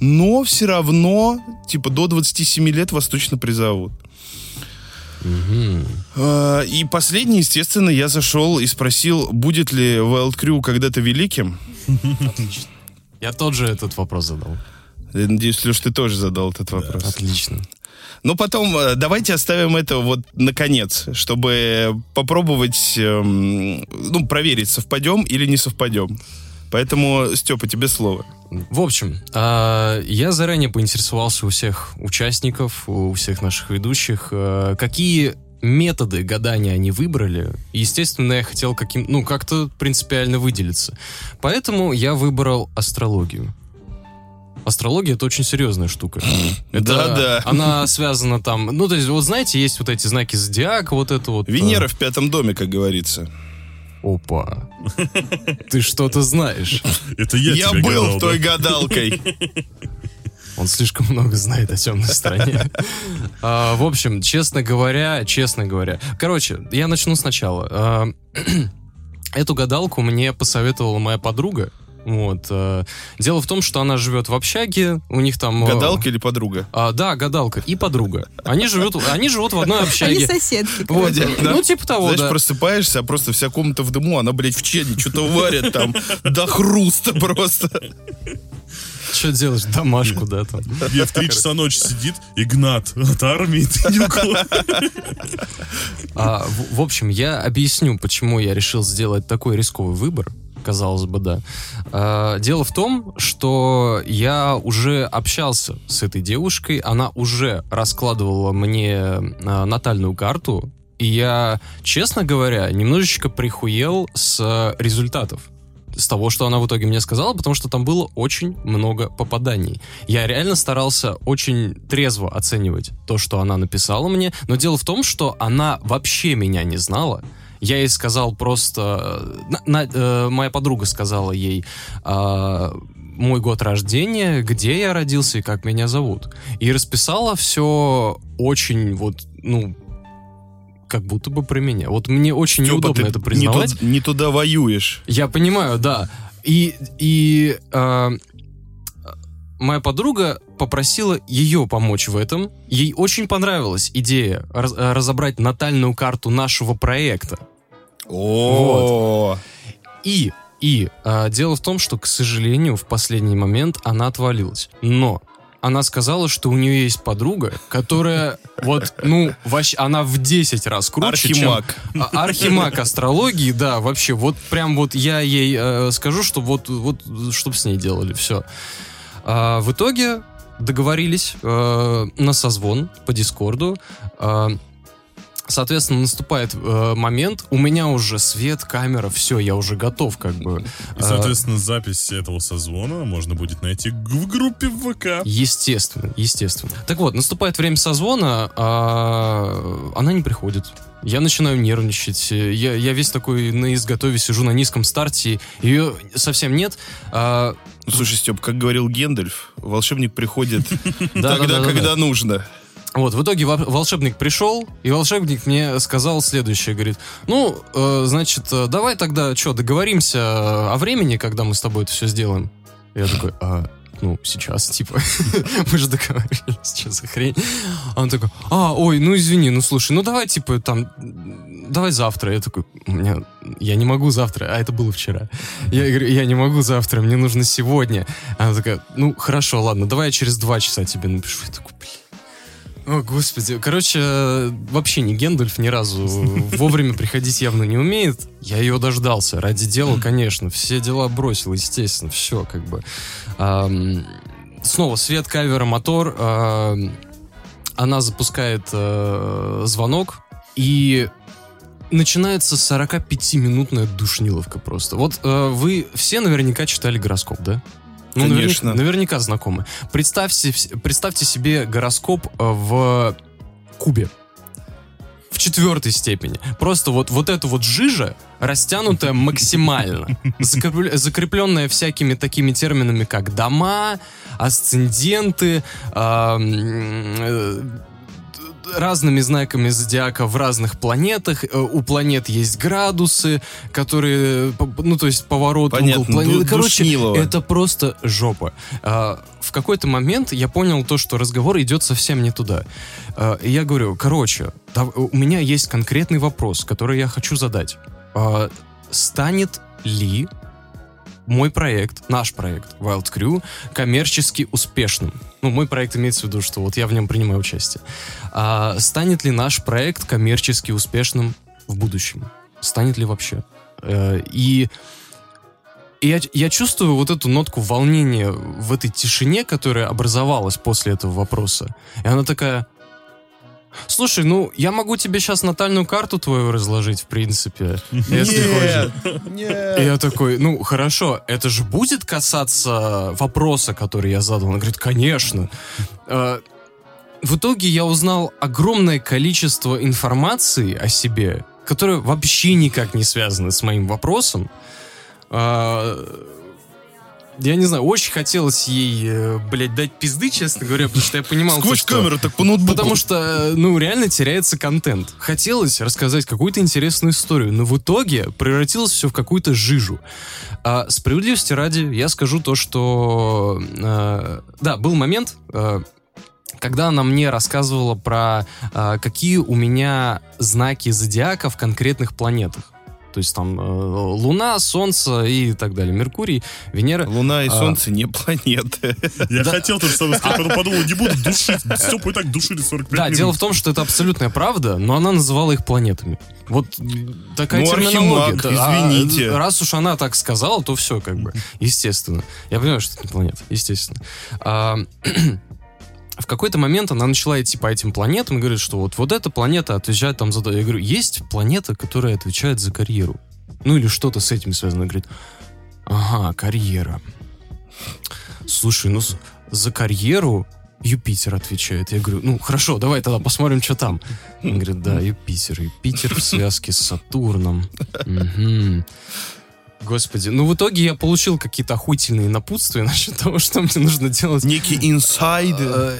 Speaker 2: но все равно, типа, до 27 лет вас точно призовут. Э, И последний, естественно, я зашел и спросил, будет ли Wild Crew когда-то великим.
Speaker 3: Я тот же этот вопрос задал.
Speaker 2: Я надеюсь, Леш, ты тоже задал этот вопрос.
Speaker 3: Отлично.
Speaker 2: Но потом э, давайте оставим это вот наконец, чтобы попробовать, эм, ну, проверить, совпадем или не совпадем. Поэтому, Степа, тебе слово.
Speaker 3: В общем, а, я заранее поинтересовался у всех участников, у всех наших ведущих, а, какие методы гадания они выбрали. Естественно, я хотел каким, ну, как-то принципиально выделиться. Поэтому я выбрал астрологию. Астрология это очень серьезная штука. Это-
Speaker 2: Да-да.
Speaker 3: Она связана там. Ну, то есть, вот знаете, есть вот эти знаки зодиака, вот это вот. а,
Speaker 2: Венера в пятом доме, как говорится.
Speaker 3: Опа. Ты что-то знаешь.
Speaker 1: Это я
Speaker 2: Я
Speaker 1: тебе
Speaker 2: был
Speaker 1: гадал,
Speaker 2: той
Speaker 1: да?
Speaker 2: гадалкой.
Speaker 3: Он слишком много знает о темной стороне. А, В общем, честно говоря, честно говоря. Короче, я начну сначала. А, Эту гадалку мне посоветовала моя подруга. Вот. а, Дело в том, что она живет в общаге, у них там... а,
Speaker 2: Гадалка или подруга?
Speaker 3: а, Да, гадалка и подруга. Они живут, они живут в одной
Speaker 4: Они
Speaker 3: общаге.
Speaker 4: соседки.
Speaker 3: Вот.
Speaker 4: короче.
Speaker 2: Да.
Speaker 3: Ну, типа того,
Speaker 2: Знаешь,
Speaker 3: да.
Speaker 2: просыпаешься, а просто вся комната в дыму, она, блядь, в чене что-то варит там до хруста просто.
Speaker 3: Что делаешь? Домашку, да, там.
Speaker 1: Я в три часа ночи сидит Игнат от армии. ты не уходишь.
Speaker 3: А, в, в общем, я объясню, почему я решил сделать такой рисковый выбор. казалось бы, да. А, Дело в том, что я уже общался с этой девушкой, она уже раскладывала мне а, натальную карту, и я, честно говоря, немножечко прихуел с а, результатов с того, что она в итоге мне сказала, потому что там было очень много попаданий. Я реально старался очень трезво оценивать то, что она написала мне, но дело в том, что она вообще меня не знала. Я ей сказал просто... э, на- на- э, моя подруга сказала ей а, мой год рождения, где я родился и как меня зовут. И расписала все очень вот, ну, как будто бы про меня. Вот мне очень
Speaker 2: Стёпа,
Speaker 3: неудобно
Speaker 2: ты
Speaker 3: это
Speaker 2: не
Speaker 3: признавать.
Speaker 2: ту- Не туда воюешь.
Speaker 3: Я понимаю, да. И, и э, моя подруга попросила ее помочь в этом. Ей очень понравилась идея раз- э, разобрать натальную карту нашего проекта.
Speaker 2: О,
Speaker 3: И, и э, дело в том, что, к сожалению, в последний момент она отвалилась. Но она сказала, что у нее есть подруга, которая вот, ну, вообще, она в 10 раз круче, чем-
Speaker 2: Архимаг.
Speaker 3: а- Архимаг астрологии, да, вообще, вот прям вот я ей э, скажу, что вот, вот, чтоб с ней делали, все. в итоге договорились э, на созвон по Дискорду. Э, соответственно, наступает э, момент, у меня уже свет, камера, все, я уже готов как бы.
Speaker 1: И, соответственно, запись этого созвона можно будет найти г- в группе в ВК.
Speaker 3: Естественно, естественно. Так вот, наступает время созвона, а она не приходит. Я начинаю нервничать. Я, я весь такой на изготове сижу на низком старте. Ее совсем нет. А,
Speaker 2: Ну, Слушай, Степ, как говорил Гендальф, волшебник приходит
Speaker 3: да, да, да,
Speaker 2: тогда,
Speaker 3: да, да.
Speaker 2: когда нужно.
Speaker 3: Вот, в итоге во- волшебник пришел, и волшебник мне сказал следующее, говорит, ну, э, значит, э, давай тогда, что, договоримся э, о времени, когда мы с тобой это все сделаем? Я такой, а, ну, сейчас, типа, мы же договорились, что за хрень? А Он такой, а, ой, ну, извини, ну, слушай, ну, давай, типа, там, давай завтра. Я такой, у меня, я не могу завтра, а это было вчера. Я говорю, я не могу завтра, мне нужно сегодня. Она такая, ну, хорошо, ладно, давай я через два часа тебе напишу. Я такой, блин. О, господи. Короче, э, вообще не Гендальф ни разу вовремя приходить явно не умеет. Я ее дождался. Ради дела, конечно. Все дела бросил, естественно. Все, как бы. Ам, Снова свет, кавера, мотор. Ам, Она запускает э, звонок. И начинается 45-минутная душниловка просто. Вот э, вы все наверняка читали гороскоп, да? Ну, наверня-
Speaker 2: Конечно.
Speaker 3: Наверняка, знакомы. Представьте, вс- представьте себе гороскоп э, в кубе. В четвертой степени. Просто вот, вот эта вот жижа, растянутая максимально. Закрепле- закрепленная всякими такими терминами, как дома, асценденты, а, м, э, д- разными знаками зодиака в разных планетах. Э, У планет есть градусы, которые, по- ну, то есть поворот,
Speaker 2: Понятно,
Speaker 3: угол планеты.
Speaker 2: ду-
Speaker 3: Короче,
Speaker 2: душнилово.
Speaker 3: это просто жопа. А, в какой-то момент я понял то, что разговор идет совсем не туда. А, и я говорю, короче, да- у меня есть конкретный вопрос, который я хочу задать. А, станет ли мой проект, наш проект Wild Crew коммерчески успешным? Ну, мой проект имеется в виду, что вот я в нем принимаю участие. А, станет ли наш проект коммерчески успешным в будущем? Станет ли вообще? Э, и и я, я чувствую вот эту нотку волнения в этой тишине, которая образовалась после этого вопроса. И она такая... Слушай, ну, я могу тебе сейчас натальную карту твою разложить, в принципе, если хочешь. И я такой, ну, хорошо, это же будет касаться вопроса, который я задал? Она говорит, конечно. Э, В итоге я узнал огромное количество информации о себе, которая вообще никак не связана с моим вопросом. Э, Я не знаю, очень хотелось ей, э, блядь, дать пизды, честно говоря, потому что я понимал... то,
Speaker 2: Сквозь
Speaker 3: что-
Speaker 2: камеру так по ноутбуку.
Speaker 3: Потому что, э, ну, реально теряется контент. Хотелось рассказать какую-то интересную историю, но в итоге превратилось все в какую-то жижу. А, справедливости ради, я скажу то, что... э, да, был момент, э, когда она мне рассказывала про э, какие у меня знаки зодиака в конкретных планетах. То есть там э, Луна, Солнце и так далее, Меркурий, Венера.
Speaker 2: Луна и
Speaker 3: А.
Speaker 2: Солнце не планеты.
Speaker 1: Я хотел то же самое сказать, потом подумал, не буду душить. Степу и так душили 45
Speaker 3: Да,
Speaker 1: минут.
Speaker 3: дело в том, что это абсолютная правда, но она называла их планетами. Вот такая
Speaker 2: Ну,
Speaker 3: терминология.
Speaker 2: архимаг,
Speaker 3: Да,
Speaker 2: извините.
Speaker 3: а, раз уж она так сказала, то все, как бы, естественно. Я понимаю, что это не планета, естественно. А, в какой-то момент она начала идти по этим планетам и говорит, что вот, вот эта планета отвечает там за... то. Я говорю, есть планета, которая отвечает за карьеру. Ну или что-то с этим связано. Она говорит, ага, карьера. Слушай, ну с- за карьеру Юпитер отвечает. Я говорю, ну хорошо, давай тогда посмотрим, что там. Он говорит, да, Юпитер. Юпитер в связке с Сатурном. Мгм. Господи, ну в итоге я получил какие-то охуительные напутствия насчет того, что мне нужно делать.
Speaker 2: Некий инсайд.
Speaker 3: Э,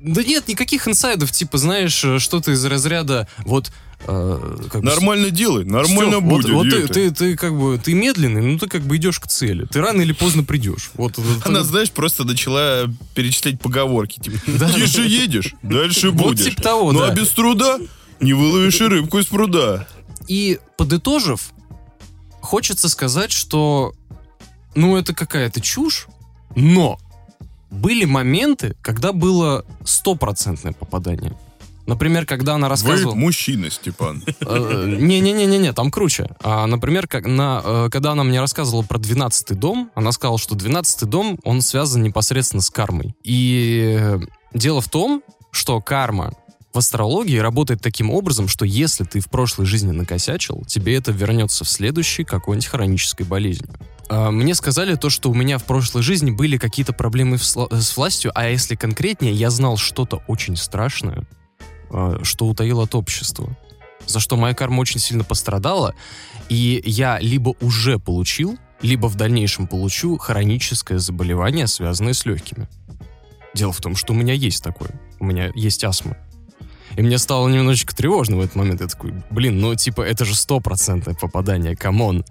Speaker 3: Да нет, никаких инсайдов, типа, знаешь, э, что-то из разряда, вот... э, как бы,
Speaker 2: Нормально делай,
Speaker 3: Стёп,
Speaker 2: нормально
Speaker 3: вот-
Speaker 2: будет.
Speaker 3: Вот, ты,
Speaker 2: Юта.
Speaker 3: ты, ты как бы, ты медленный, но ты как бы идешь к цели. Ты рано или поздно придешь. Вот, вот,
Speaker 2: Она,
Speaker 3: вот,
Speaker 2: знаешь, просто начала перечислять поговорки. Типа, тише едешь, дальше
Speaker 3: Вот
Speaker 2: будешь.
Speaker 3: типа того,
Speaker 2: ну
Speaker 3: да.
Speaker 2: а без труда не выловишь и рыбку из пруда.
Speaker 3: И подытожив, хочется сказать, что ну это какая-то чушь, но были моменты, когда было стопроцентное попадание. Например, когда она
Speaker 2: Вы
Speaker 3: рассказывала...
Speaker 2: мужчина, Степан.
Speaker 3: Э, Не-не-не-не-не, там круче. А, например, как на, э, когда она мне рассказывала про 12-й дом, она сказала, что 12-й дом, он связан непосредственно с кармой. И э, дело в том, что карма в астрологии работает таким образом, что если ты в прошлой жизни накосячил, тебе это вернется в следующей какой-нибудь хронической болезни. Мне сказали то, что у меня в прошлой жизни были какие-то проблемы в сла- э, с властью, а если конкретнее, я знал что-то очень страшное, э, что утаил от общества за что моя карма очень сильно пострадала, и я либо уже получил, либо в дальнейшем получу хроническое заболевание, связанное с легкими. Дело в том, что у меня есть такое. У меня есть астма. И мне стало немножечко тревожно в этот момент. Я такой, блин, ну типа это же стопроцентное попадание, камон.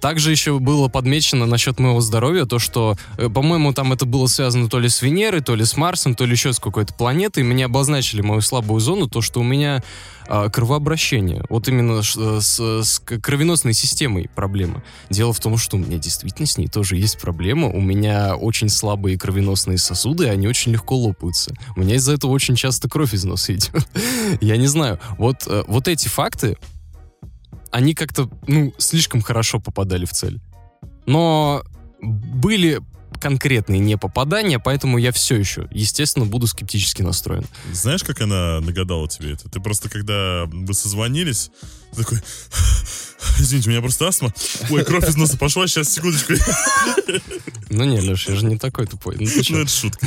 Speaker 3: Также еще было подмечено насчет моего здоровья то, что, э, по-моему, там это было связано то ли с Венерой, то ли с Марсом, то ли еще с какой-то планетой. Мне обозначили мою слабую зону, то, что у меня а, кровообращение. Вот именно ш- э, с, с к- кровеносной системой проблема. Дело в том, что у меня действительно с ней тоже есть проблема. У меня очень слабые кровеносные сосуды, и они очень легко лопаются. У меня из-за этого очень часто кровь из носа идет. Я не знаю. Вот, э, вот эти факты, они как-то, ну, слишком хорошо попадали в цель. Но были конкретные непопадания, поэтому я все еще, естественно, буду скептически настроен.
Speaker 1: Знаешь, как она нагадала тебе это? Ты просто, когда вы созвонились, ты такой... Извините, у меня просто астма. Ой, кровь из носа пошла, сейчас, секундочку.
Speaker 3: Ну не, Леш, я же не такой тупой. Ну ты чё?
Speaker 1: Ну, это шутка.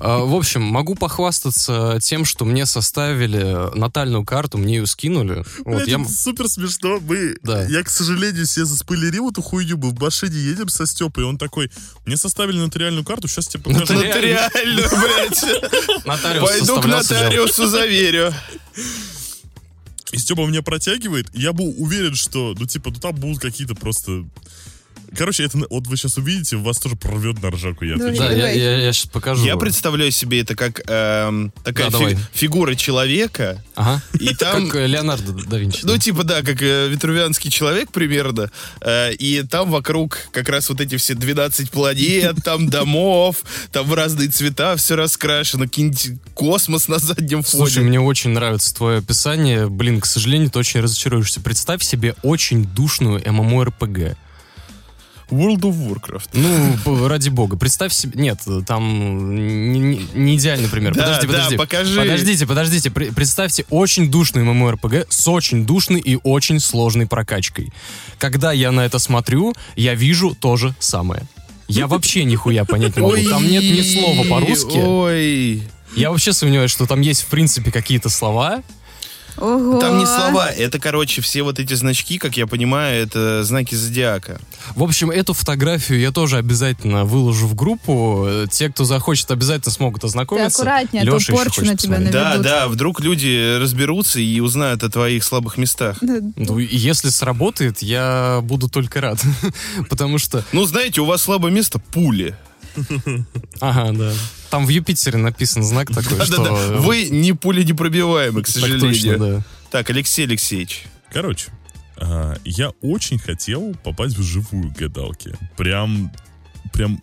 Speaker 3: А, В общем, могу похвастаться тем, что мне составили натальную карту, мне ее скинули. Вот
Speaker 1: Блядь,
Speaker 3: я...
Speaker 1: это супер смешно. Мы,
Speaker 3: Да.
Speaker 1: я, к сожалению, все заспойлерил эту хуйню. Мы в машине едем со Степой, и он такой, мне составили нотариальную карту, сейчас тебе покажу.
Speaker 3: Нотари- Реально.
Speaker 2: Нотариально, блядь.
Speaker 3: Нотариус
Speaker 2: Пойду к
Speaker 3: составлял, сидел.
Speaker 2: нотариусу заверю.
Speaker 1: И Степа меня протягивает, и я был уверен, что, ну, типа, ну, там будут какие-то просто... Короче, это на- вот вы сейчас увидите, вас тоже прорвет на ржаку, я
Speaker 4: Давай.
Speaker 1: отвечаю.
Speaker 3: Да, я, я, сейчас покажу.
Speaker 2: Я представляю себе это как эм, такая
Speaker 3: Да,
Speaker 2: фи-
Speaker 3: давай.
Speaker 2: фигура человека.
Speaker 3: Ага.
Speaker 2: И там
Speaker 3: Как э, Леонардо да Винчи.
Speaker 2: Ну, типа, да, как э, витрувианский человек примерно. Э, и там вокруг как раз вот эти все 12 планет, там домов, там в разные цвета все раскрашено, какие-нибудь космос на заднем фоне.
Speaker 3: Слушай, мне очень нравится твое описание. Блин, к сожалению, ты очень разочаруешься. Представь себе очень душную MMORPG.
Speaker 2: World of Warcraft.
Speaker 3: Ну, б- ради бога. Представь себе... Нет, там не, не- не идеальный пример.
Speaker 2: Да,
Speaker 3: подожди,
Speaker 2: да,
Speaker 3: подожди.
Speaker 2: покажи.
Speaker 3: Подождите, подождите. Пре- представьте очень душный MMORPG с очень душной и очень сложной прокачкой. Когда я на это смотрю, я вижу то же самое.
Speaker 2: Ну,
Speaker 3: Я вообще нихуя понять не могу. Там нет ни слова по-русски.
Speaker 2: Ой.
Speaker 3: Я вообще сомневаюсь, что там есть, в принципе, какие-то слова.
Speaker 4: Ого.
Speaker 2: Там не слова, это, короче, все вот эти значки, как я понимаю, это знаки зодиака.
Speaker 3: В общем, эту фотографию я тоже обязательно выложу в группу. Э, Те, кто захочет, обязательно смогут
Speaker 4: Ты
Speaker 3: ознакомиться.
Speaker 4: аккуратнее, а то
Speaker 3: Лёша ещё
Speaker 4: порчу
Speaker 3: хочет
Speaker 4: на тебя
Speaker 3: посмотреть.
Speaker 4: наведут.
Speaker 2: Да, да, вдруг люди разберутся и узнают о твоих слабых местах.
Speaker 3: Ну, и если сработает, я буду только рад. Потому что...
Speaker 2: Ну, знаете, у вас слабое место — пули.
Speaker 3: Ага, да. Там в Юпитере написан знак такой, что... э,
Speaker 2: Да-да-да. Вы А, не пули непробиваемы, к
Speaker 3: Так точно,
Speaker 2: сожалению.
Speaker 3: да.
Speaker 2: Так, Алексей Алексеевич,
Speaker 1: Короче, А, я очень хотел попасть в живую к гадалке. Прям, прям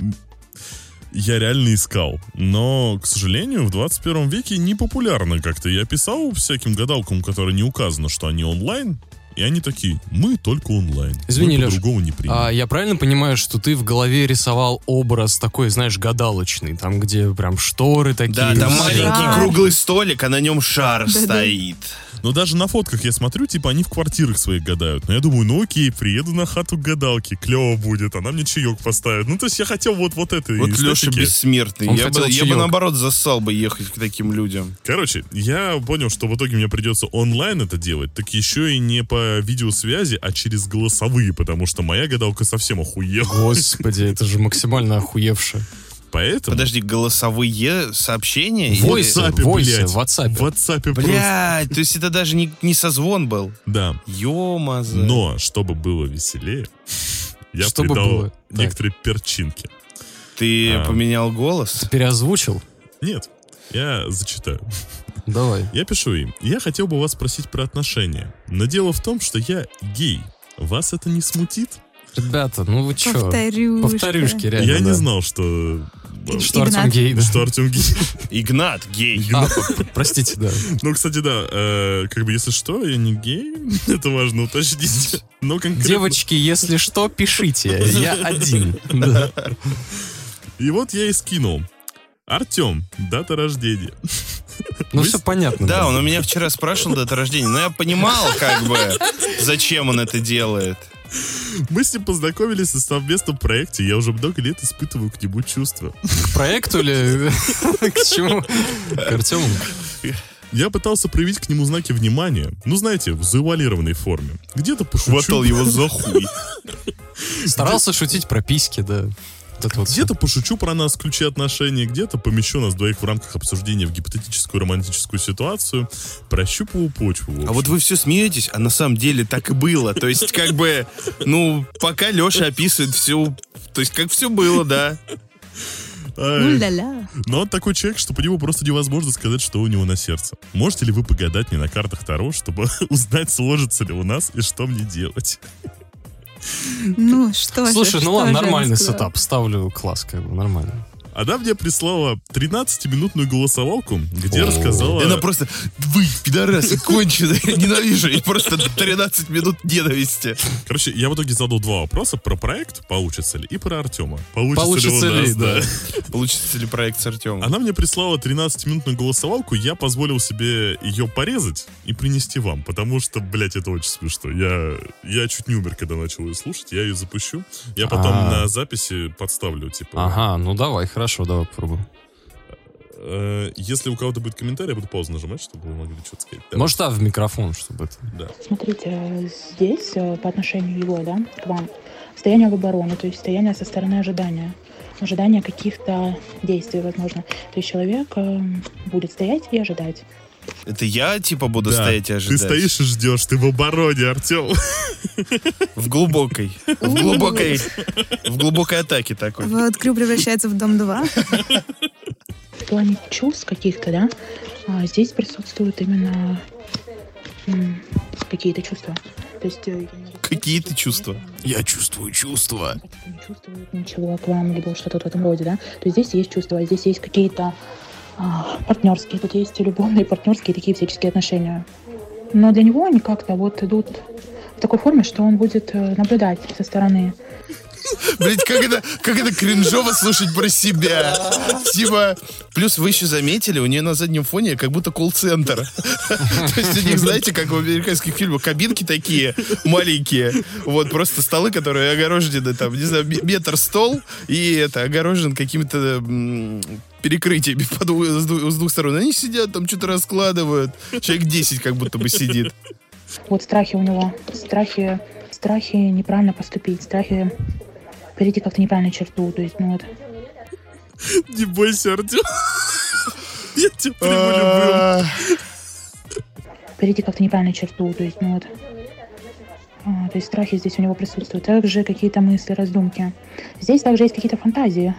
Speaker 1: я реально искал. Но, к сожалению, в 21 веке не популярно как-то. Я писал всяким гадалкам, которые не указано, что они онлайн, и они такие, мы только онлайн.
Speaker 3: Извини,
Speaker 1: мы
Speaker 3: Лёш,
Speaker 1: другого не примем.
Speaker 3: А я правильно понимаю, что ты в голове рисовал образ такой, знаешь, гадалочный, там, где прям шторы такие.
Speaker 2: Да, там
Speaker 3: все.
Speaker 2: маленький
Speaker 4: Да.
Speaker 2: круглый столик, а на нем шар
Speaker 4: Да-да.
Speaker 2: стоит.
Speaker 1: Но даже на фотках я смотрю, типа они в квартирах своих гадают. Но я думаю, ну окей, приеду на хату к гадалке, клево будет, она мне чаек поставит. Ну то есть я хотел вот, вот это.
Speaker 2: Вот Леша бессмертный.
Speaker 3: Он
Speaker 2: Я бы,
Speaker 3: хотел
Speaker 2: я бы
Speaker 3: чаёк.
Speaker 2: наоборот засал бы ехать к таким людям.
Speaker 1: Короче, я понял, что в итоге мне придется онлайн это делать, так еще и не по видеосвязи, а через голосовые, потому что моя гадалка совсем охуела.
Speaker 3: Господи, это же максимально охуевше.
Speaker 1: Поэтому...
Speaker 2: Подожди, голосовые сообщения?
Speaker 1: В
Speaker 2: Или-
Speaker 1: WhatsApp,
Speaker 3: войсе,
Speaker 1: блядь.
Speaker 3: в WhatsApp.
Speaker 1: В WhatsApp просто.
Speaker 2: Блядь, то есть это даже не, не созвон был.
Speaker 1: Да.
Speaker 2: Ё-маза.
Speaker 1: Но, чтобы было веселее, я
Speaker 3: Чтобы
Speaker 1: придал
Speaker 3: было. Так.
Speaker 1: некоторые перчинки.
Speaker 2: Ты
Speaker 1: А.
Speaker 2: поменял голос?
Speaker 3: Переозвучил?
Speaker 1: Нет, я зачитаю.
Speaker 3: Давай.
Speaker 1: Я пишу им. Я хотел бы вас спросить про отношения. Но дело в том, что я гей. Вас это не смутит?
Speaker 3: Ребята, ну вы чё?
Speaker 4: Повторюшка.
Speaker 3: Повторюшки, реально.
Speaker 1: Я не
Speaker 3: да.
Speaker 1: знал, что...
Speaker 3: Что
Speaker 4: Игнат.
Speaker 3: Артем гей, да.
Speaker 1: Что Артем гей.
Speaker 2: Игнат, гей.
Speaker 3: А, простите, да.
Speaker 1: Ну, кстати, да, э, как бы, если что, я не гей, это важно уточнить. Но конкретно...
Speaker 3: Девочки, если что, пишите. Я один. Да.
Speaker 1: И вот я и скинул. Артем, дата рождения.
Speaker 3: Ну
Speaker 1: Вы-
Speaker 3: все понятно.
Speaker 2: Да, он у меня вчера спрашивал дату рождения, но я понимал, как бы, зачем он это делает.
Speaker 1: Мы с ним познакомились на совместном проекте. Я уже много лет испытываю к нему чувства.
Speaker 3: К проекту ли? К чему? К Артему?
Speaker 1: Я пытался проявить к нему знаки внимания. Ну, знаете, в завуалированной форме. Где-то пошучу.
Speaker 2: Хватал его за хуй.
Speaker 3: Старался шутить про письки, да. Вот это вот всё.
Speaker 1: Где-то пошучу про нас в ключе отношений, где-то помещу нас двоих в рамках обсуждения в гипотетическую романтическую ситуацию, прощупываю почву. в
Speaker 2: А
Speaker 1: общем.
Speaker 2: вот вы все смеетесь, а на самом деле так и было. То есть, как бы, ну, пока Леша описывает всю... То есть, как все было, да.
Speaker 1: Ай.
Speaker 4: Уля-ля.
Speaker 1: Но он такой человек, что по нему просто невозможно сказать, что у него на сердце. Можете ли вы погадать мне на картах Таро, чтобы узнать, сложится ли у нас и что мне делать?
Speaker 4: Ну, что же,
Speaker 3: Слушай,
Speaker 4: что
Speaker 3: ну ладно,
Speaker 4: же она
Speaker 3: нормальный
Speaker 4: сказала?
Speaker 3: сетап. Ставлю класс, как бы, нормально.
Speaker 1: Она мне прислала 13-минутную голосовалку, где
Speaker 3: О.
Speaker 1: рассказала...
Speaker 2: И она просто, вы, пидорасы, конченые, ненавижу. И просто 13 минут ненависти.
Speaker 1: Короче, я в итоге задал два вопроса про проект, получится ли, и про Артема. Получится,
Speaker 3: Получится
Speaker 1: ли у нас,
Speaker 3: ли, да.
Speaker 2: Получится ли проект с Артемом?
Speaker 1: Она мне прислала 13-минутную голосовалку, я позволил себе ее порезать и принести вам, потому что, блядь, это очень смешно. Я, я чуть не умер, когда начал ее слушать, я ее запущу. Я потом
Speaker 3: А.
Speaker 1: на записи подставлю, типа.
Speaker 3: Ага, ну давай, хорошо, давай попробуем.
Speaker 1: Э, если у кого-то будет комментарий, я буду паузу нажимать, чтобы вы могли что-то сказать. Да.
Speaker 3: Может, а в микрофон, чтобы это...
Speaker 1: Да.
Speaker 6: Смотрите, э, здесь э, по отношению его, да, к вам, состояние в оборону, то есть состояние со стороны ожидания, ожидание каких-то действий, возможно. То есть человек э, будет стоять и ожидать.
Speaker 2: Это я, типа, буду
Speaker 1: Да.
Speaker 2: стоять и
Speaker 1: Ты
Speaker 2: ожидать?
Speaker 1: стоишь и ждешь, ты в обороне, Артем.
Speaker 2: В глубокой. В глубокой. В глубокой атаке такой.
Speaker 4: Вот Крю превращается в Дом 2.
Speaker 6: В плане чувств каких-то, да, а здесь присутствуют именно м, какие-то чувства. То есть, э, я не знаю,
Speaker 2: Какие-то чувства?
Speaker 3: Я чувствую чувства.
Speaker 6: как-то типа, не чувствует ничего к вам, либо что-то в этом роде, да, то есть здесь есть чувства, здесь есть какие-то а, партнерские, тут есть любовные партнерские такие всяческие отношения. Но для него они как-то вот идут в такой форме, что он будет э, наблюдать со стороны.
Speaker 2: Блять, как это, как это кринжово слушать про себя. Типа, плюс вы еще заметили, у нее на заднем фоне как будто колл-центр. То есть у них, знаете, как в американских фильмах, кабинки такие маленькие. Вот, просто столы, которые огорожены, там, не знаю, м- метр стол, и это, огорожен какими-то м, перекрытиями под у- с дву- с двух сторон. Они сидят, там что-то раскладывают. Человек 10 как будто бы сидит.
Speaker 6: Вот страхи у него, страхи, страхи неправильно поступить, страхи перейти как-то неправильную черту, то есть, ну вот,
Speaker 1: Не бойся, Артем. Я тебя приму
Speaker 2: А,
Speaker 6: перейти как-то неправильную черту, то есть, ну вот. А, то есть страхи здесь у него присутствуют. Также какие-то мысли, раздумки. Здесь также есть какие-то фантазии.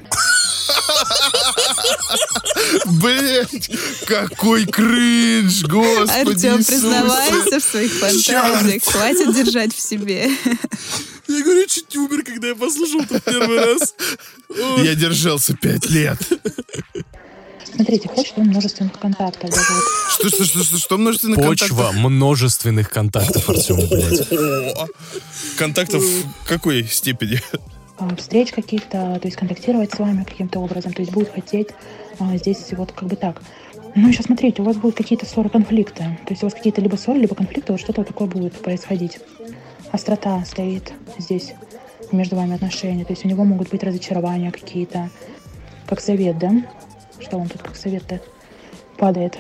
Speaker 2: Блять, какой кринж, господи
Speaker 4: Артем,
Speaker 2: Иисусе.
Speaker 4: признавайся в своих фантазиях. Хватит держать в себе.
Speaker 1: Я говорю, я чуть не умер, когда я послушал это в первый раз. Ой.
Speaker 2: Я держался пять лет.
Speaker 6: Смотрите, хочет он множественных контактов. Даже вот.
Speaker 2: Что, что, что, что, что множественный
Speaker 3: Почва множественных контактов, Артем, блядь.
Speaker 2: О, контактов в какой степени?
Speaker 6: а, встреч каких-то, то есть контактировать с вами каким-то образом, то есть будет хотеть а, здесь вот как бы так. Ну, еще смотрите, у вас будут какие-то ссоры, конфликты. То есть у вас какие-то либо ссоры, либо конфликты, вот что-то вот такое будет происходить. Острота стоит здесь между вами отношения. То есть у него могут быть разочарования какие-то. Как совет, да? Что он тут как совет-то падает?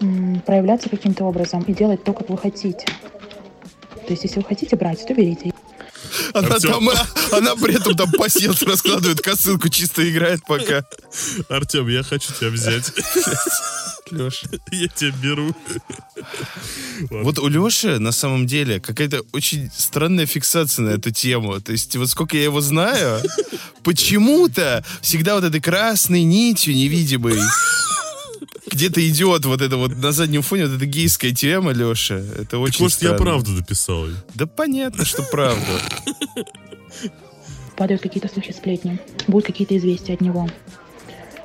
Speaker 6: М, проявляться каким-то образом и делать то, как вы хотите. То есть если вы хотите брать, то берите.
Speaker 2: Она,
Speaker 1: Артём.
Speaker 2: там, она при этом там пассианс раскладывает, косынку чисто играет пока.
Speaker 1: Артем, я хочу тебя взять.
Speaker 2: Леш.
Speaker 1: Я тебя беру.
Speaker 2: Вот у Леши на самом деле какая-то очень странная фиксация на эту тему. То есть вот сколько я его знаю, почему-то всегда вот этой красной нитью невидимой где-то идет вот это вот на заднем фоне вот эта гейская тема, Леша. Это очень
Speaker 1: Так может, я
Speaker 2: странно.
Speaker 1: правду дописал.
Speaker 2: Да понятно, что правда.
Speaker 6: падают какие-то слухи, сплетни, будут какие-то известия от него.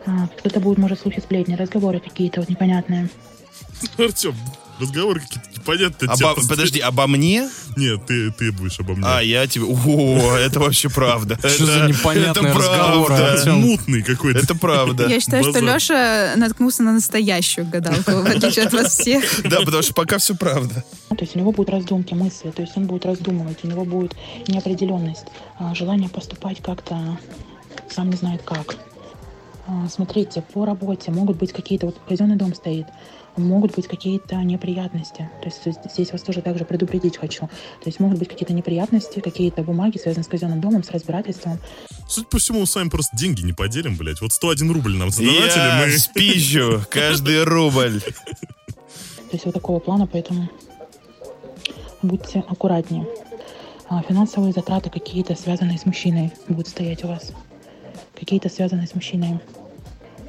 Speaker 6: А, Кто-то будет, может, слухи, сплетни, разговоры какие-то вот непонятные.
Speaker 1: Артем, разговоры какие-то непонятные.
Speaker 2: Обо-
Speaker 1: тебя просто-
Speaker 2: Подожди, обо мне?
Speaker 1: Нет, ты, ты будешь обо мне.
Speaker 2: А, я тебе... О, это вообще правда.
Speaker 3: Что за
Speaker 2: Это-
Speaker 3: непонятные
Speaker 2: это
Speaker 3: разговоры,
Speaker 2: правда.
Speaker 3: Артём?
Speaker 1: Мутный какой-то.
Speaker 2: Это правда.
Speaker 4: Я считаю, что
Speaker 1: Базар.
Speaker 4: Леша наткнулся на настоящую гадалку, в отличие от вас всех.
Speaker 2: Да, потому что пока все правда.
Speaker 6: Ну, То есть у него будут раздумки, мысли, то есть он будет раздумывать, у него будет неопределенность, а, желание поступать как-то, сам не знает как. А, Смотрите, по работе могут быть какие-то, вот казенный дом стоит, могут быть какие-то неприятности. То есть здесь- здесь вас тоже также предупредить хочу. То есть могут быть какие-то неприятности, какие-то бумаги, связанные с казенным домом, с разбирательством.
Speaker 1: Судя по всему, мы с вами просто деньги не поделим, блядь. Вот 101 рубль нам задонатили,
Speaker 2: Я
Speaker 1: мы...
Speaker 2: спизжу каждый рубль.
Speaker 6: То есть вот такого плана, поэтому будьте аккуратнее. А, Финансовые затраты какие-то связанные с мужчиной будут стоять у вас. Какие-то связанные с мужчиной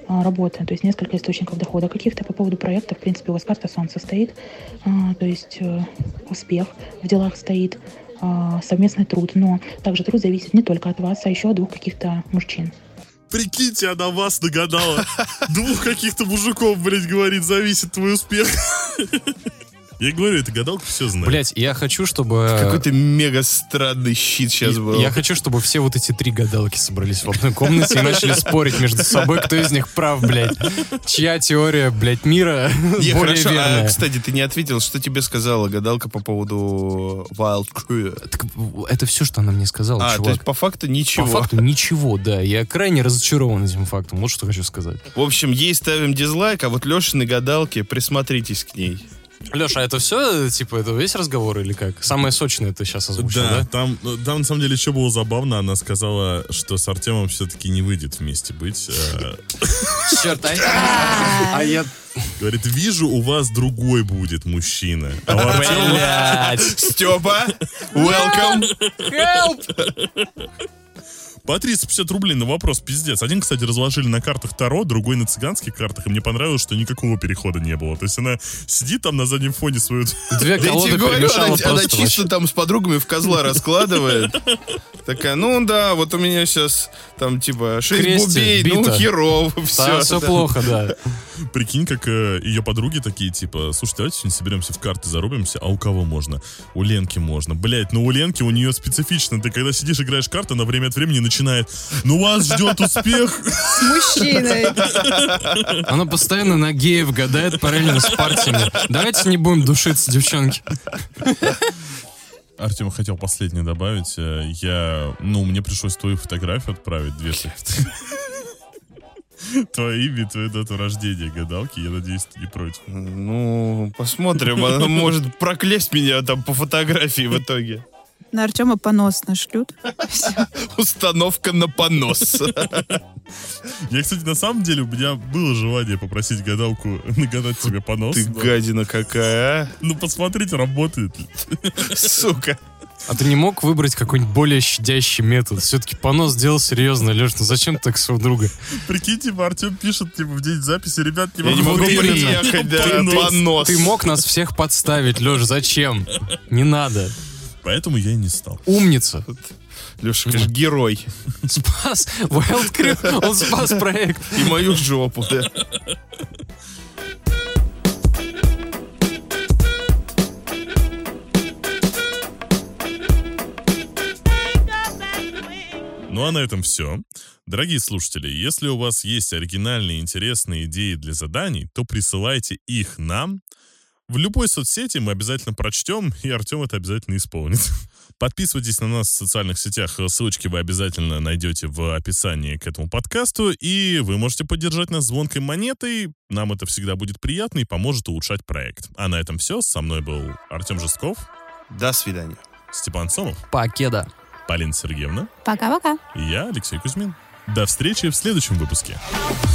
Speaker 6: А, работы, то есть несколько источников дохода каких-то по поводу проекта, в принципе, у вас карта солнца стоит, А, то есть э, успех в делах стоит, а, совместный труд, но также труд зависит не только от вас, а еще от двух каких-то мужчин.
Speaker 1: Прикиньте, она вас догадала. Двух каких-то мужиков, блядь, говорит, зависит твой успех. Я говорю, эта гадалка все знает.
Speaker 3: Блядь, я хочу, чтобы...
Speaker 2: Какой-то мега странный щит сейчас был.
Speaker 3: А. Я хочу, чтобы все вот эти три гадалки собрались в одной комнате и начали спорить между собой, кто из них прав, блядь. Чья теория, блядь, мира
Speaker 2: Не,
Speaker 3: более
Speaker 2: хорошо. А,
Speaker 3: верная.
Speaker 2: кстати, ты не ответил, что тебе сказала гадалка по поводу Wild Crew.
Speaker 3: Так, это все, что она мне сказала,
Speaker 2: А, то
Speaker 3: чувак.
Speaker 2: есть по факту ничего.
Speaker 3: По факту ничего, да. Я крайне разочарован этим фактом. Вот что хочу сказать.
Speaker 2: В общем, ей ставим дизлайк, а вот Лешиной гадалке присмотритесь к ней.
Speaker 3: Леша, а это все, типа, это весь разговор или как? Самое сочное ты сейчас озвучил,
Speaker 1: Да,
Speaker 3: да?
Speaker 1: Там, э, там на самом деле еще было забавно. Она сказала, что с Артемом все-таки не выйдет вместе быть. Э,
Speaker 3: Черт, а я...
Speaker 1: Говорит, вижу, у вас другой будет мужчина. А у Артема-
Speaker 3: Блядь.
Speaker 2: Степа, welcome.
Speaker 1: По 350 рублей на вопрос, пиздец. Один, кстати, разложили на картах Таро, другой на цыганских картах. И мне понравилось, что никакого перехода не было. То есть она сидит там на заднем фоне свою...
Speaker 3: Две
Speaker 2: Да я
Speaker 3: колоды
Speaker 2: тебе говорю, она,
Speaker 3: перемешала
Speaker 2: она
Speaker 3: просто вообще.
Speaker 2: чисто там с подругами в козла раскладывает. Такая, ну да, вот у меня сейчас там типа шесть
Speaker 3: Крестик,
Speaker 2: бубей, ну
Speaker 3: бита.
Speaker 2: херово, все.
Speaker 3: Там все плохо, да.
Speaker 1: Прикинь, как э, ее подруги такие, типа, слушай, давайте сегодня соберемся в карты, зарубимся, а у кого можно? У Ленки можно. Блять, но у Ленки у нее специфично. Ты когда сидишь, играешь в карты, она время от времени начинает, ну вас ждет успех.
Speaker 4: С мужчиной.
Speaker 3: Она постоянно на геев гадает параллельно с партиями. Давайте не будем душиться, девчонки.
Speaker 1: Артем хотел последнее добавить. Э, Я, ну, мне пришлось твою фотографию отправить, две фотографии. Твое имя, твою дату рождения гадалки, я надеюсь, ты не против.
Speaker 2: Ну, посмотрим. Она может проклясть меня там по фотографии в итоге.
Speaker 4: На Артема понос нашлют. Всё.
Speaker 2: Установка на понос.
Speaker 1: Я, кстати, на самом деле, у меня было желание попросить гадалку нагадать тебе понос.
Speaker 2: Ты
Speaker 1: но-
Speaker 2: гадина какая,
Speaker 1: Ну, посмотрите, работает ли.
Speaker 2: а? Сука.
Speaker 3: А ты не мог выбрать какой-нибудь более щадящий метод? Все-таки понос делал серьезно, Леш, ну зачем ты так своего друга?
Speaker 1: Прикинь, типа, Артем пишет, типа, в день записи, ребят, не
Speaker 2: Я не
Speaker 1: могу
Speaker 2: могу
Speaker 1: приехать».
Speaker 2: приехать, да,
Speaker 1: Понос.
Speaker 2: понос.
Speaker 3: Ты мог нас всех подставить, Леш, зачем? Не надо.
Speaker 1: Поэтому я и не стал.
Speaker 3: Умница.
Speaker 2: Леша, конечно, герой.
Speaker 3: Спас Wildcrypt, он спас проект.
Speaker 2: И мою жопу, да.
Speaker 1: Ну а на этом все. Дорогие слушатели, если у вас есть оригинальные интересные идеи для заданий, то присылайте их нам. В любой соцсети мы обязательно прочтем, и Артем это обязательно исполнит. Подписывайтесь на нас в социальных сетях. Ссылочки вы обязательно найдете в описании к этому подкасту. И вы можете поддержать нас звонкой монетой. Нам это всегда будет приятно и поможет улучшать проект. А на этом все. Со мной был Артем Жестков,
Speaker 2: До свидания.
Speaker 1: Степан Сомов,
Speaker 3: Пакеда.
Speaker 1: Полина Сергеевна
Speaker 4: Пока-пока.
Speaker 1: и я, Алексей Кузьмин. До встречи в следующем выпуске.
Speaker 7: Thank